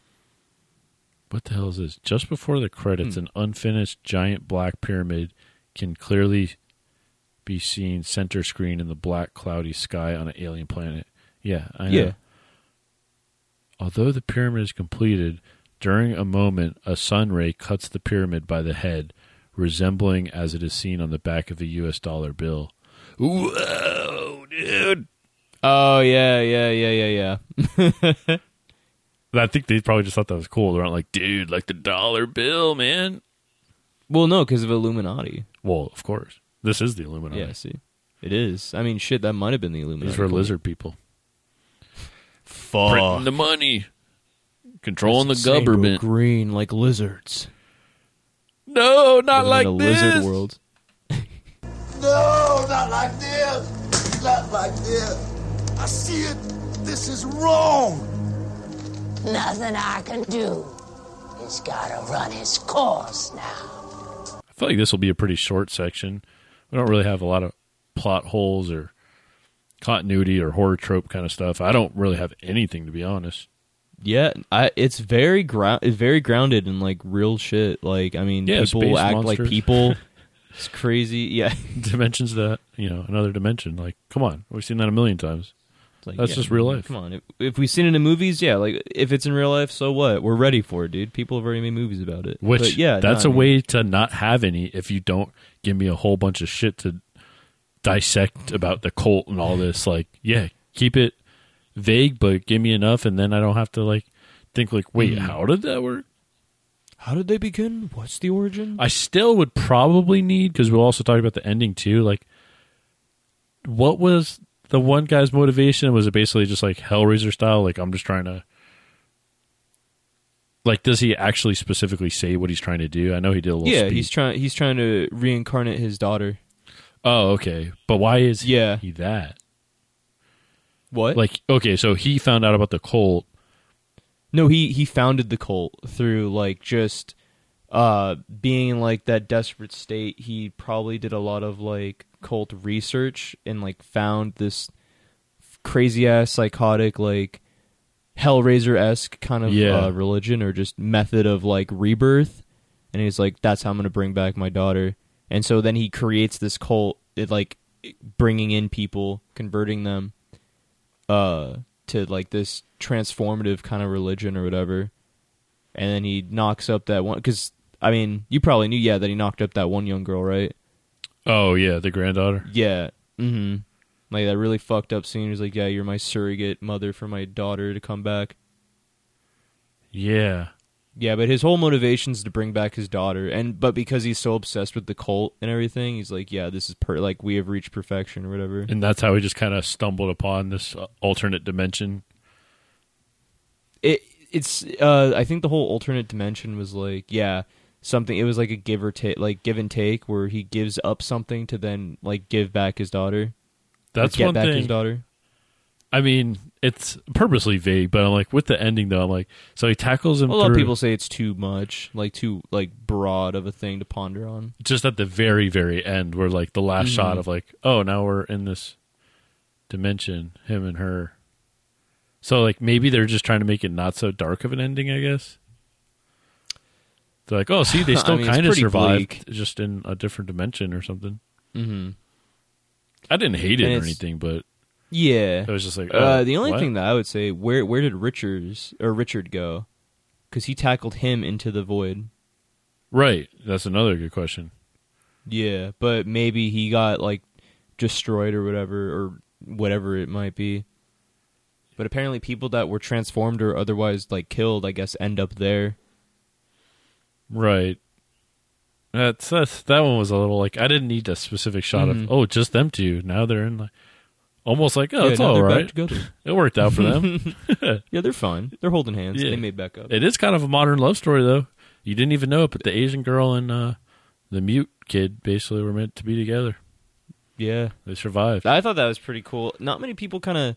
D: What the hell is this? Just before the credits,
E: Hmm.
D: an unfinished giant black pyramid can clearly be seen center screen in the black, cloudy sky on an alien planet. Yeah, I know.
E: Yeah.
D: Although the pyramid is completed, during a moment, a sun ray cuts the pyramid by the head, resembling as it is seen on the back of a U.S. dollar bill. Whoa, dude!
E: oh yeah, yeah, yeah, yeah, yeah.
D: I think they probably just thought that was cool. They weren't like, dude, like the dollar bill, man.
E: Well, no, because of Illuminati.
D: Well, of course. This is the Illuminati.
E: Yeah, see, it is. I mean, shit, that might have been the Illuminati.
D: These were lizard people.
E: Fuck.
D: Printing the money. Controlling the
E: Insane, bro.
D: government.
E: green like lizards.
D: No, not
E: Living
D: like
E: in a
D: this.
E: lizard world.
I: No, not like this. Not like this. I see it. This is wrong.
J: Nothing I can do. It's gotta run its course now.
D: I feel like this will be a pretty short section. We don't really have a lot of plot holes or continuity or horror trope kind of stuff. I don't really have anything to be honest.
E: Yeah, I, it's very ground, it's very grounded in like real shit. Like, I mean,
D: Yeah, space
E: people act like
D: monsters. (laughs)
E: people. It's crazy. Yeah.
D: (laughs) Dimensions that you know, another dimension. Like, come on, we've seen that a million times.
E: It's like,
D: That's just real life.
E: Come on, if, if we've seen it in movies, yeah. Like if it's in real life, so what? We're ready for it, dude. People have already made movies about it.
D: Which
E: But yeah,
D: that's
E: no,
D: a
E: I mean,
D: way to not have any if you don't give me a whole bunch of shit to dissect about the cult and all this. Like, yeah, keep it vague, but give me enough, and then I don't have to like think like, wait, how did that work?
E: How did they begin? What's the origin?
D: I still would probably need because we'll also talk about the ending too. Like, what was the one guy's motivation? Was it basically just like Hellraiser style? Like, I'm just trying to. Like, does he actually specifically say what he's trying to do? I know he did a little.
E: yeah,
D: speech.
E: he's trying. He's trying to reincarnate his daughter.
D: Oh, okay. But why is he,
E: Yeah.
D: he that?
E: What?
D: Like, okay, so he found out about the cult
E: No, he he founded the cult through like just uh being in like that desperate state. He probably did a lot of like cult research and like found this crazy ass psychotic like Hellraiser esque kind of
D: Yeah.
E: uh, religion or just method of like rebirth. And he's like, "That's how I'm gonna bring back my daughter." And so then he creates this cult, it, like bringing in people, converting them uh to like this transformative kind of religion or whatever and then he knocks up that one because i mean you probably knew yeah that he knocked up that one young girl right
D: Oh yeah, the granddaughter.
E: yeah mm-hmm like that really fucked up scene he's like yeah you're my surrogate mother for my daughter to come back
D: Yeah.
E: yeah but his whole motivation is to bring back his daughter and but because he's so obsessed with the cult and everything he's like yeah this is per like we have reached perfection or whatever
D: And that's how we just kind of stumbled upon this uh, alternate dimension.
E: it it's uh I think the whole alternate dimension was like yeah something it was like a give or take like give and take where he gives up something to then like give back his daughter or
D: That's
E: get
D: one
E: back
D: thing.
E: his daughter
D: I mean, it's purposely vague, but I'm like with the ending though. I'm like, so he tackles him.
E: a lot of
D: through-
E: people say it's too much like too like broad of a thing to ponder on
D: just at the very very end where like the last
E: Mm-hmm.
D: shot of like oh now we're in this dimension him and her so like maybe they're just trying to make it not so dark of an ending i guess they're like oh see
E: (laughs)
D: they
E: I
D: still
E: mean, it's
D: kind of
E: pretty
D: survived
E: bleak.
D: just in a different dimension or something mm-hmm. i didn't hate it
E: And
D: or
E: it's-
D: anything but
E: yeah
D: it was just like
E: uh
D: oh,
E: the only
D: what?
E: thing that I would say where where did Richards or Richard go because he tackled him into the void
D: right that's another good question
E: yeah but maybe he got like destroyed or whatever or whatever it might be But apparently, people that were transformed or otherwise like killed, I guess, end up there.
D: Right. That's, that's that one was a little like I didn't need a specific shot of oh just them two now they're in like almost like oh
E: Mm-hmm. Yeah,
D: it's
E: now
D: all
E: they're back
D: right (laughs)
E: together.
D: it worked out for
E: (laughs)
D: them
E: Yeah, they're fine. They're holding hands.
D: Yeah.
E: They made back up.
D: it is kind of a modern love story though you didn't even know it but the Asian girl and uh, the mute kid basically were meant to be together
E: yeah,
D: they survived
E: I thought that was pretty cool. Not many people kind of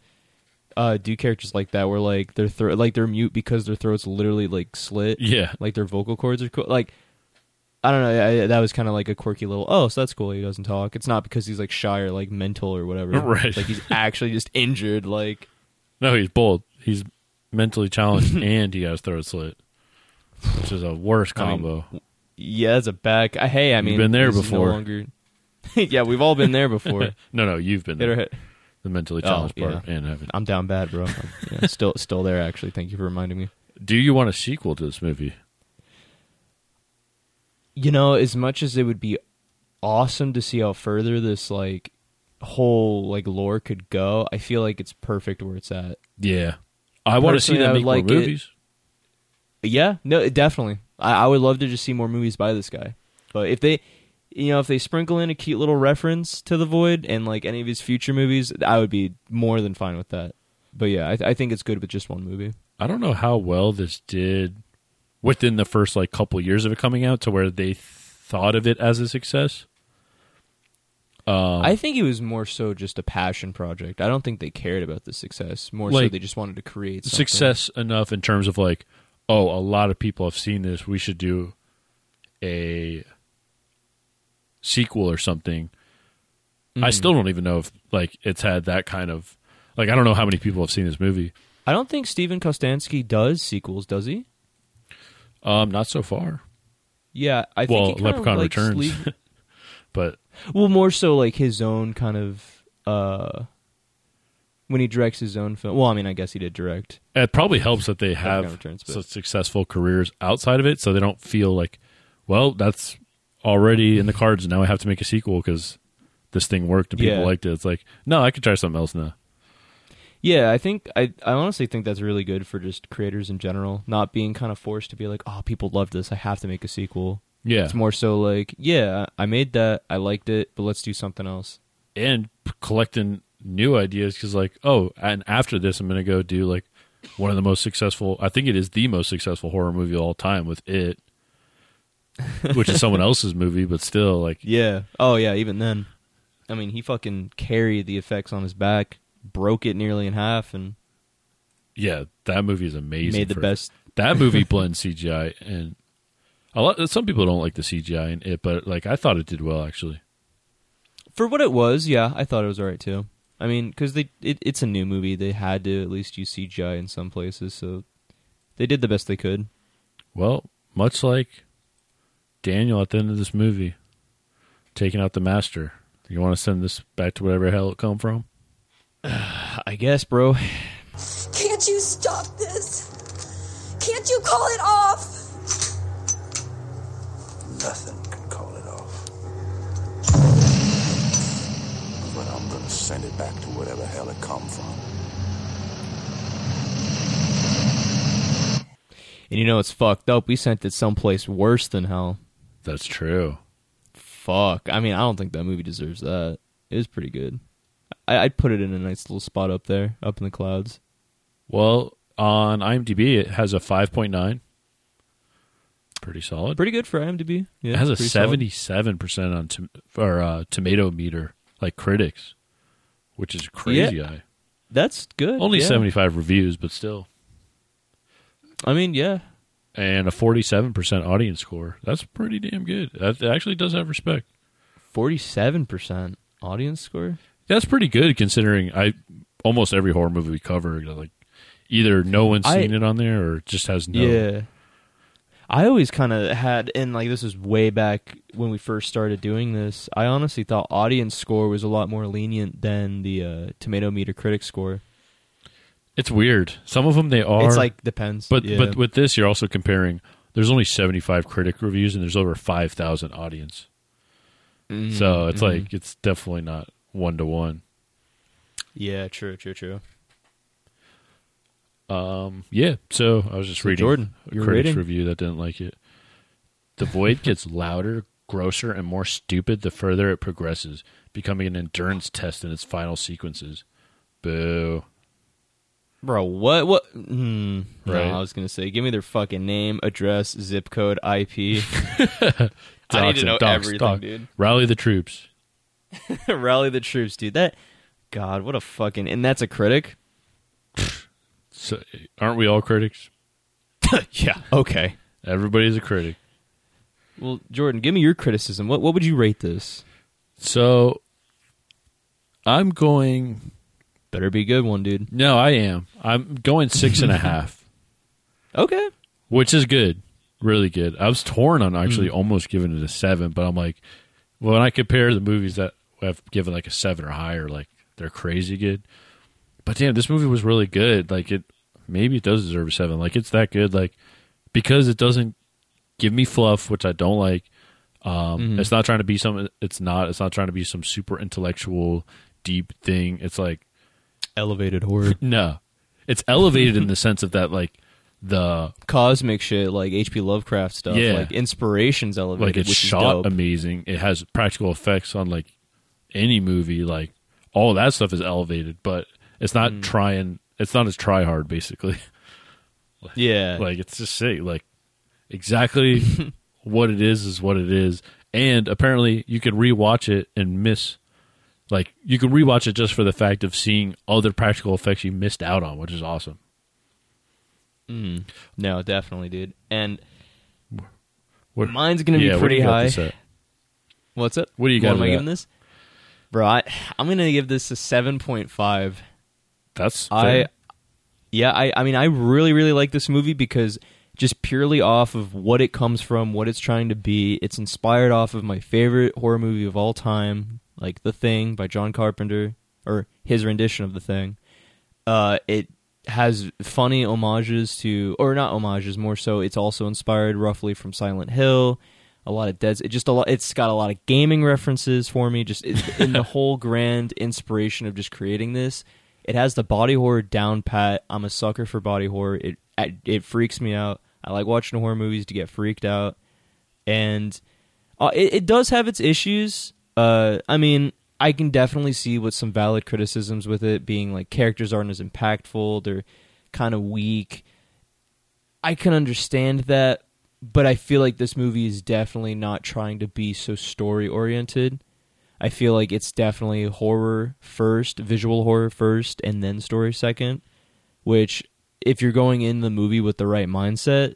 E: uh, do characters like that, where like their throat, like they're mute because their throats literally like slit.
D: yeah
E: like their vocal cords are cool. Like I don't know. I, that was kind of like a quirky little. Oh, so that's cool. He doesn't talk. It's not because he's like shy or like mental or whatever.
D: (laughs) Right.
E: Like he's actually just injured. Like
D: no he's bold he's mentally
E: (laughs)
D: challenged and he got his throat slit which is a worse
E: I mean,
D: combo
E: Yeah, that's a back. I, hey, I mean,
D: been there
E: this is
D: before.
E: No longer, (laughs) yeah, we've all been there
D: (laughs)
E: before.
D: no no you've been
E: Hit or
D: there
E: hit.
D: the mentally
E: Oh,
D: challenged part
E: yeah.
D: and haven't
E: I'm down bad, bro. I'm-
D: (laughs)
E: yeah, still, still there. Actually, thank you for reminding me.
D: do you want a sequel to this movie
E: You know, as much as it would be awesome to see how further this like whole like lore could go, I feel like it's perfect where it's at.
D: Yeah, I want to see
E: Personally, I
D: them
E: would
D: make
E: like it-
D: more movies.
E: Yeah, no, it- definitely. I, I would love to just see more movies by this guy. But if they, you know, if they sprinkle in a cute little reference to the void and like any of his future movies, I would be more than fine with that. But yeah, I, I think it's good with just one movie.
D: I don't know how well this did within the first like couple years of it coming out to where they thought of it as a success. Um,
E: I think it was more so just a passion project. I don't think they cared about the success. More so,
D: Like,
E: they just wanted to create something.
D: Success enough in terms of like, oh, a lot of people have seen this. We should do a sequel or something. I still don't even know if like it's had that kind of like I don't know how many people have seen this movie.
E: I don't think Steven Kostansky does sequels, does he?
D: Um, not so far.
E: Yeah, I think
D: Well,
E: he kinda,
D: Leprechaun
E: like,
D: Returns,
E: sleep-
D: but
E: Well, more so like his own kind of uh when he directs his own film. Well, I mean, I guess he did direct.
D: It probably helps that they
E: Definitely
D: have
E: returns, but-
D: such successful careers outside of it, so they don't feel like, well, that's already in the cards. Now I have to make a sequel because this thing worked and people
E: Yeah.
D: liked it. It's like, no, I could try something else now.
E: Yeah, I think I I honestly think that's really good for just creators in general, not being kind of forced to be like, "Oh, people love this. I have to make a sequel."
D: Yeah,
E: It's more so like, "Yeah, I made that. I liked it, but let's do something else."
D: and p- collecting new ideas because, like, oh, and after this, I'm gonna go do like one of the most successful. I think it is the most successful horror movie of all time with it, which is someone (laughs) else's movie, but still, like,
E: Yeah. Oh yeah, even then. I mean, he fucking carried the effects on his back, broke it nearly in half and
D: yeah, that movie is amazing.
E: Made the
D: for-
E: best-
D: That movie blends CGI and a lot. Some people don't like the CGI in it, but like I thought it did well actually.
E: For what it was, yeah, I thought it was alright too. I mean, because they it, it's a new movie, they had to at least use CGI in some places, so they did the best they could.
D: Well, much like Daniel at the end of this movie, taking out the master. You want to send this back to whatever hell it come from?
E: I guess, bro.
K: Can't you stop this? Can't you call it off?
I: Nothing can call it off. But I'm gonna send it back to whatever hell it come from.
E: And you know it's fucked up. We sent it someplace worse than hell.
D: That's true.
E: Fuck. I mean, I don't think that movie deserves that. It was pretty good. I, I'd put it in a nice little spot up there, up in the clouds.
D: Well, on IMDb, it has a 5.9. Pretty solid.
E: Pretty good for IMDb. Yeah,
D: it has a
E: pretty solid.
D: 77% on tom- or, uh, tomato meter, like critics, which is crazy
E: Yeah.
D: high.
E: That's good.
D: Only
E: yeah.
D: 75 reviews, but still.
E: I mean, yeah.
D: And a 47% audience score. That's pretty damn good. That that actually does have respect.
E: 47% audience score.
D: That's pretty good considering I almost every horror movie we cover, like either no one's
E: I-
D: seen it on there or it just has no.
E: Yeah. I always kind of had, and like this is way back when we first started doing this. I honestly thought audience score was a lot more lenient than the uh, tomato meter critic score.
D: It's weird. Some of them they are.
E: it's like depends,
D: But
E: yeah.
D: but with this, you're also comparing. There's only 75 critic reviews, and there's over 5,000 audience.
E: Mm-hmm.
D: so it's like it's definitely not one to one.
E: yeah, true, true, true.
D: Um, yeah. So I was just
E: So
D: reading
E: Jordan,
D: a
E: your
D: critic's
E: rating?
D: review that didn't like it. The void
E: (laughs)
D: gets louder, grosser, and more stupid the further it progresses, becoming an endurance test in its final sequences. Boo.
E: Bro, what what? Hmm, no,
D: Right.
E: I was gonna say, give me their fucking name, address, zip code,
D: (laughs)
E: IP. (laughs) I need
D: Dox
E: to
D: him,
E: know
D: dox,
E: everything,
D: dox.
E: dude. (laughs)
D: Rally the troops.
E: Rally the troops, dude. That, God, what a fucking, and that's a critic.
D: So, aren't we all critics?
E: yeah. Okay.
D: Everybody's a critic.
E: Well, Jordan, give me your criticism. What what would you rate this?
D: So I'm going
E: Better be a good one, dude.
D: No, I am. I'm going six
E: (laughs)
D: and a half,
E: Okay.
D: which is good, really good. I was torn on actually almost giving it a seven, but I'm like, well, when I compare the movies that have given like a seven or higher, like they're crazy good. But damn, this movie was really good. Like it, maybe it does deserve a seven. Like it's that good. Like because it doesn't give me fluff, which I don't like. Um, It's not trying to be some. It's not. It's not trying to be some super intellectual, deep thing. It's like
E: Elevated horror.
D: no, it's elevated in the sense of that like the
E: (laughs) Cosmic shit, like H.P. Lovecraft stuff.
D: Yeah.
E: Like inspirations elevated.
D: like it's
E: which is
D: shot
E: dope.
D: amazing. It has practical effects on like any movie. Like all that stuff is elevated, but it's not
E: Mm.
D: trying. It's not as try hard basically.
E: yeah.
D: (laughs) like it's just sick. Like
E: (laughs)
D: exactly what it is is what it is. And apparently you can rewatch it and miss. Like you can rewatch it just for the fact of seeing other practical effects you missed out on, which is awesome.
E: no, definitely, dude. And
D: What-
E: Mine's gonna be
D: Yeah, what do
E: pretty
D: you got
E: high.
D: this at?
E: what's up?
D: What do you got
E: am
D: it
E: I
D: at?
E: giving this? Bro, I, I'm gonna give this a seven point five.
D: That's
E: I yeah, I I mean I really really like this movie because just purely off of what it comes from, what it's trying to be, it's inspired off of my favorite horror movie of all time, like The Thing by John Carpenter or his rendition of The Thing. Uh it has funny homages to or not homages, more so it's also inspired roughly from Silent Hill. A lot of deads. It just a lot. It's got a lot of gaming references for me. Just it, in the whole grand inspiration of just creating this, it has the body horror down pat. I'm a sucker for body horror. It I- it freaks me out. I like watching horror movies to get freaked out, and uh, it, it does have its issues. Uh, I mean, I can definitely see what some valid criticisms with it being like characters aren't as impactful. They're kind of weak. I can understand that, but I feel like this movie is definitely not trying to be so story oriented. I feel like it's definitely horror first, visual horror first, and then story second, which if you're going in the movie with the right mindset,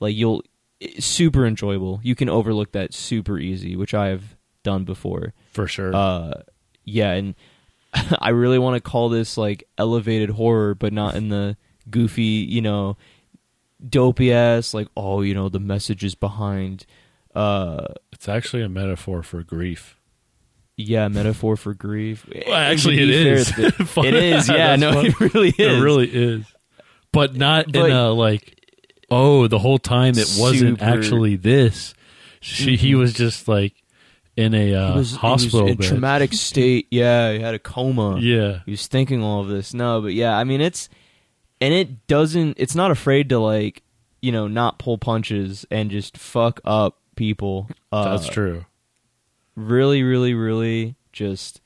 E: like you'll it's super enjoyable. You can overlook that super easy, which I have done before
D: for sure.
E: Uh, yeah, and (laughs) I really want to call this like elevated horror, but not in the goofy, you know, dopey ass like oh, you know, the message is behind. Uh,
D: it's actually a metaphor for grief.
E: Yeah, metaphor for grief.
D: Well, actually, it
E: To be fair,
D: is. (laughs)
E: the- it is. Yeah,
D: That's
E: no, (laughs)
D: fun.
E: it really is.
D: It really is. But not
E: But-
D: in a like. Oh, the whole time it wasn't
E: Super- Mm-hmm.
D: actually this. She he was just like in a uh,
E: He was- he was
D: hospital
E: in
D: bed.
E: traumatic state. Yeah, he had a coma.
D: Yeah.
E: he was thinking all of this. No, but yeah, I mean it's and it doesn't. It's not afraid to like you know not pull punches and just fuck up people. Uh,
D: That's true.
E: Really, really, really, just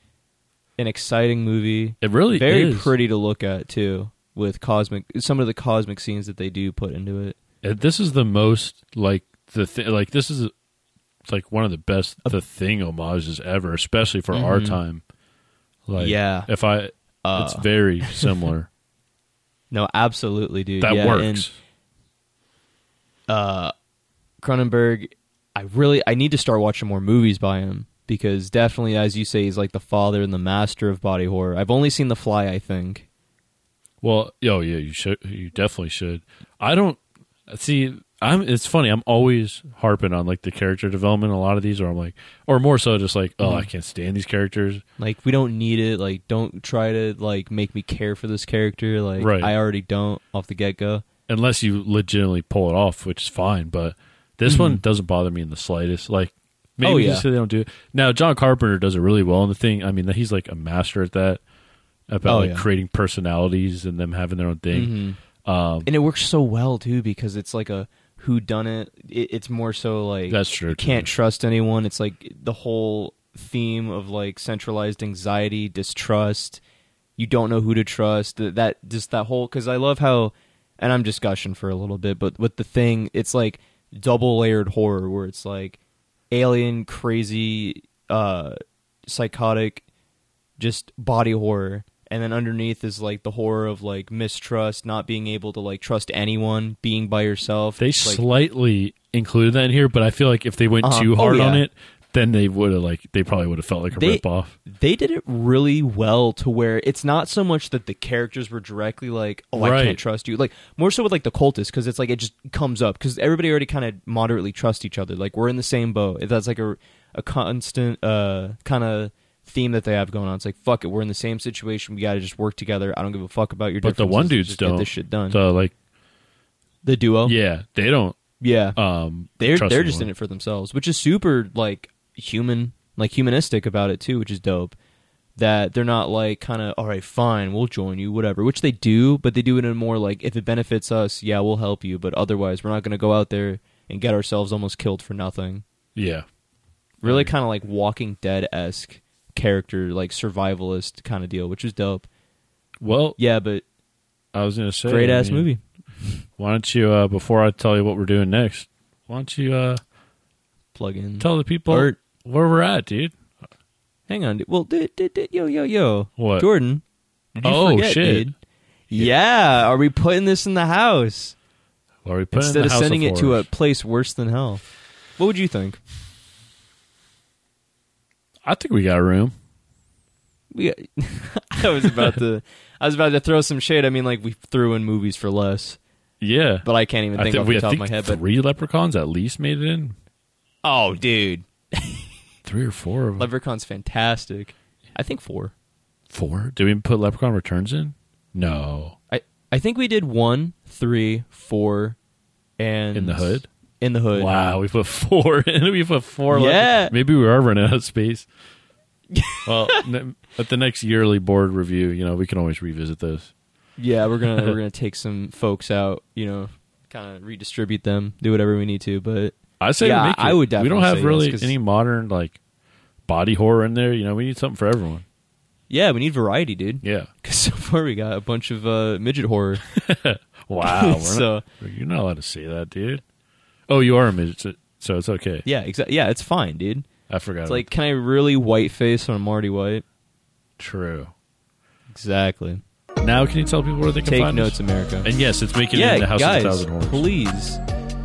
E: an exciting movie.
D: It really
E: very
D: is.
E: pretty to look at too. With cosmic, some of the cosmic scenes that they do put into it.
D: Uh, This is the most like the thi- like this is it's like one of the best the thing homages ever, especially for our
E: Mhm.
D: time. Like
E: Yeah.
D: if I it's
E: Uh.
D: very
E: (laughs)
D: similar.
E: No, absolutely, dude.
D: That
E: Yeah,
D: works.
E: and, uh, Cronenberg, I really I need to start watching more movies by him because definitely, as you say, he's like the father and the master of body horror. I've only seen The Fly, I think.
D: Well, oh yeah, you should. You definitely should. I don't see. I'm. It's funny. I'm always harping on like the character development. in A lot of these, or I'm like, or more so, just like, oh,
E: Mhm.
D: I can't stand these characters.
E: Like we don't need it. Like don't try to like make me care for this character. Like
D: Right.
E: I already don't off the get go.
D: Unless you legitimately pull it off, which is fine. But this one doesn't bother me in the slightest. Like maybe
E: Mm-hmm. Oh,
D: it's
E: yeah.
D: just that they don't do it. Now John Carpenter does it really well in the thing. I mean, he's like a master at that. About
E: Oh,
D: like
E: yeah. Mm-hmm.
D: creating personalities and them having their own thing. Um,
E: and it works so well too because it's like a who done it. It's more so like
D: That's true,
E: You
D: too.
E: can't trust anyone. It's like the whole theme of like centralized anxiety, distrust. You don't know who to trust. That, that just that whole because I love how, and I'm just gushing for a little bit, but with the thing, it's like double layered horror where it's like alien, crazy, uh, psychotic, just body horror and then underneath is like the horror of like mistrust not being able to like trust anyone being by yourself
D: They
E: It's, like,
D: slightly included that in here, but I feel like if they went
E: Uh-huh.
D: too
E: Oh,
D: hard on
E: yeah.
D: it, then they would have like they probably would have felt like a
E: they,
D: rip off.
E: they did it really well to where it's not so much that the characters were directly like oh i
D: Right.
E: can't trust you like more so with like the cultists because it's like it just comes up because everybody already kind of moderately trusts each other like we're in the same boat that's like a, a constant uh kind of theme that they have going on it's like fuck it we're in the same situation we gotta just work together i don't give a fuck about your
D: But the one dudes
E: differences. Just get
D: don't.
E: this shit done
D: So like
E: the duo
D: yeah, they don't.
E: Yeah.
D: Um,
E: They're
D: trust
E: they're just in
D: anyone.
E: it for themselves, which is super like human, like humanistic about it too, which is dope. That they're not like kind of all right, fine, we'll join you, whatever. Which they do, but they do it in a more like if it benefits us, yeah, we'll help you, but otherwise, we're not going to go out there and get ourselves almost killed for nothing.
D: Yeah,
E: Really, kind of like Walking Dead esque character, like survivalist kind of deal, which is dope.
D: Well,
E: yeah, but
D: I was gonna say
E: great
D: I
E: ass
D: mean,
E: movie.
D: Why don't you uh, before I tell you what we're doing next? Why don't you uh,
E: Plug in.
D: tell the people
E: Art.
D: where we're at, dude?
E: Hang on. dude. Well, dude, dude, dude, yo, yo, yo.
D: What?
E: Jordan. Did you
D: Oh,
E: forget,
D: shit.
E: dude? Yeah. Are we putting this in the house?
D: Well, we put it in
E: Instead
D: the
E: of
D: House
E: sending
D: of
E: it to a
D: Horrors.
E: place worse than hell. What would you think?
D: I think we got room.
E: We, (laughs) I was about to, I was about to throw some shade. I mean, like we threw in movies for less,
D: Yeah,
E: but I can't even
D: I
E: think
D: think
E: off
D: we
E: the top
D: I
E: of
D: think
E: my head. But
D: three leprechauns at least made it in.
E: oh, dude,
D: Three or four of them.
E: Leprechaun's fantastic. I think four.
D: four? Did we put Leprechaun Returns in? No.
E: I I think we did one, three, four, and
D: In the Hood?
E: In the hood.
D: Wow, we put four (laughs) in. We put four.
E: Yeah.
D: Left. Maybe we are running out of
E: (laughs)
D: space. well, ne- at the next yearly board review, you know, we can always revisit this.
E: Yeah, we're gonna
D: (laughs)
E: we're gonna take some folks out, you know, kind of redistribute them, do whatever we need to. But
D: I say
E: yeah,
D: we make
E: I
D: it.
E: would definitely.
D: We don't have
E: say
D: really
E: yes, 'cause-
D: any modern like body horror in there. You know, we need something for everyone.
E: Yeah, we need variety, dude. (laughs)
D: Yeah.
E: Because so far we got a bunch of uh,
D: (laughs)
E: midget horror. (laughs)
D: Wow. Oh, we're
E: So-
D: not, you're not allowed to say that, dude. Oh, you are a midget, so- so it's okay.
E: yeah, exactly. Yeah, it's fine, dude.
D: I forgot.
E: It's
D: about
E: like, can I really whiteface on Marty
D: that.
E: White?
D: true.
E: Exactly.
D: Now, can you tell people where they can
E: Take
D: find
E: notes,
D: us?
E: America.
D: And yes, it's making it
E: yeah,
D: into House
E: guys,
D: of a Thousand Horrors.
E: please.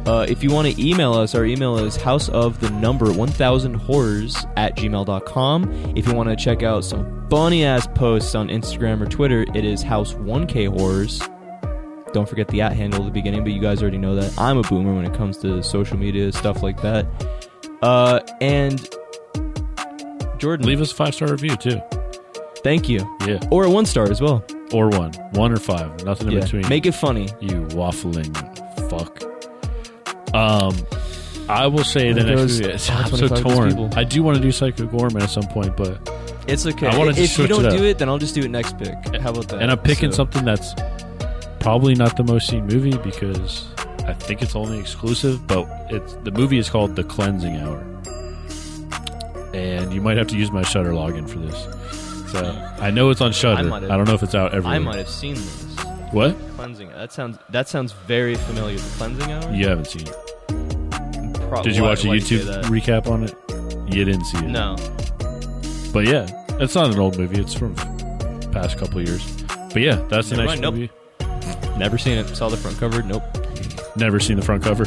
E: Uh, if you want to email us, our email is house of the number 1000 horrors at gmail.com. If you want to check out some bunny ass posts on Instagram or Twitter, it is house 1k horrors. Don't forget the at handle at the beginning, but you guys already know that. I'm a boomer when it comes to social media, stuff like that. Uh, and Jordan.
D: Leave us a five star review, too.
E: Thank you.
D: Yeah.
E: Or a one star as well.
D: Or one. One or five. Nothing in
E: Yeah.
D: between.
E: Make it funny.
D: You waffling fuck. Um, I will say the
E: There
D: next
E: goes
D: movie. I'm so
E: 25 of these people.
D: torn. I do want to do Psycho Gorman at some point, but
E: It's okay.
D: I wanna just
E: if you
D: switch it
E: don't
D: up.
E: do it, then I'll just do it next pick. How about that?
D: and I'm picking
E: Uh, So-
D: something that's probably not the most seen movie because I think it's only exclusive, but it's the movie is called The Cleansing Hour. And you might have to use my Shutter login for this. So I know it's on
E: I
D: Shutter.
E: might have-
D: I, don't know if it's out everywhere.
E: I might have seen this.
D: What?
E: Cleansing. That sounds. That sounds very familiar. The cleansing hour.
D: You haven't seen it.
E: Pro-
D: Did you
E: why-
D: watch a
E: why do you
D: YouTube
E: say that?
D: recap on it? You didn't see it.
E: No.
D: But yeah, it's not an old movie. It's from past couple of years. But yeah, that's the
E: Never
D: next
E: mind, nope.
D: movie.
E: Never seen it. Saw the front cover. Nope.
D: Never seen the front cover.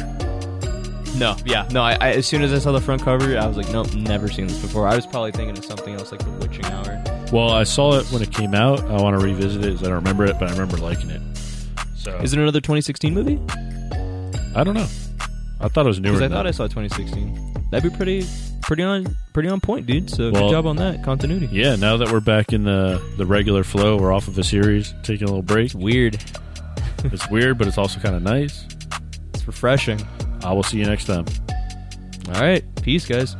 E: No. Yeah. No. I, I as soon as I saw the front cover, I was like, nope. Never seen this before. I was probably thinking of something else like the witching hour.
D: Well, I saw it when it came out. I want to revisit it 'cause I don't remember it, but I remember liking it. So
E: Is it another 2016 movie?
D: I don't know. I thought it was newer.
E: Because I
D: than
E: thought I
D: that.
E: saw 2016. That'd be pretty, pretty on, pretty on point, dude. So
D: Well-
E: good job on that continuity.
D: yeah, now that we're back in the the regular flow, we're off of a series, taking a little break.
E: (laughs) It's weird.
D: it's weird, but it's also kind of nice.
E: It's refreshing.
D: I will see you next time.
E: All right. Peace, guys.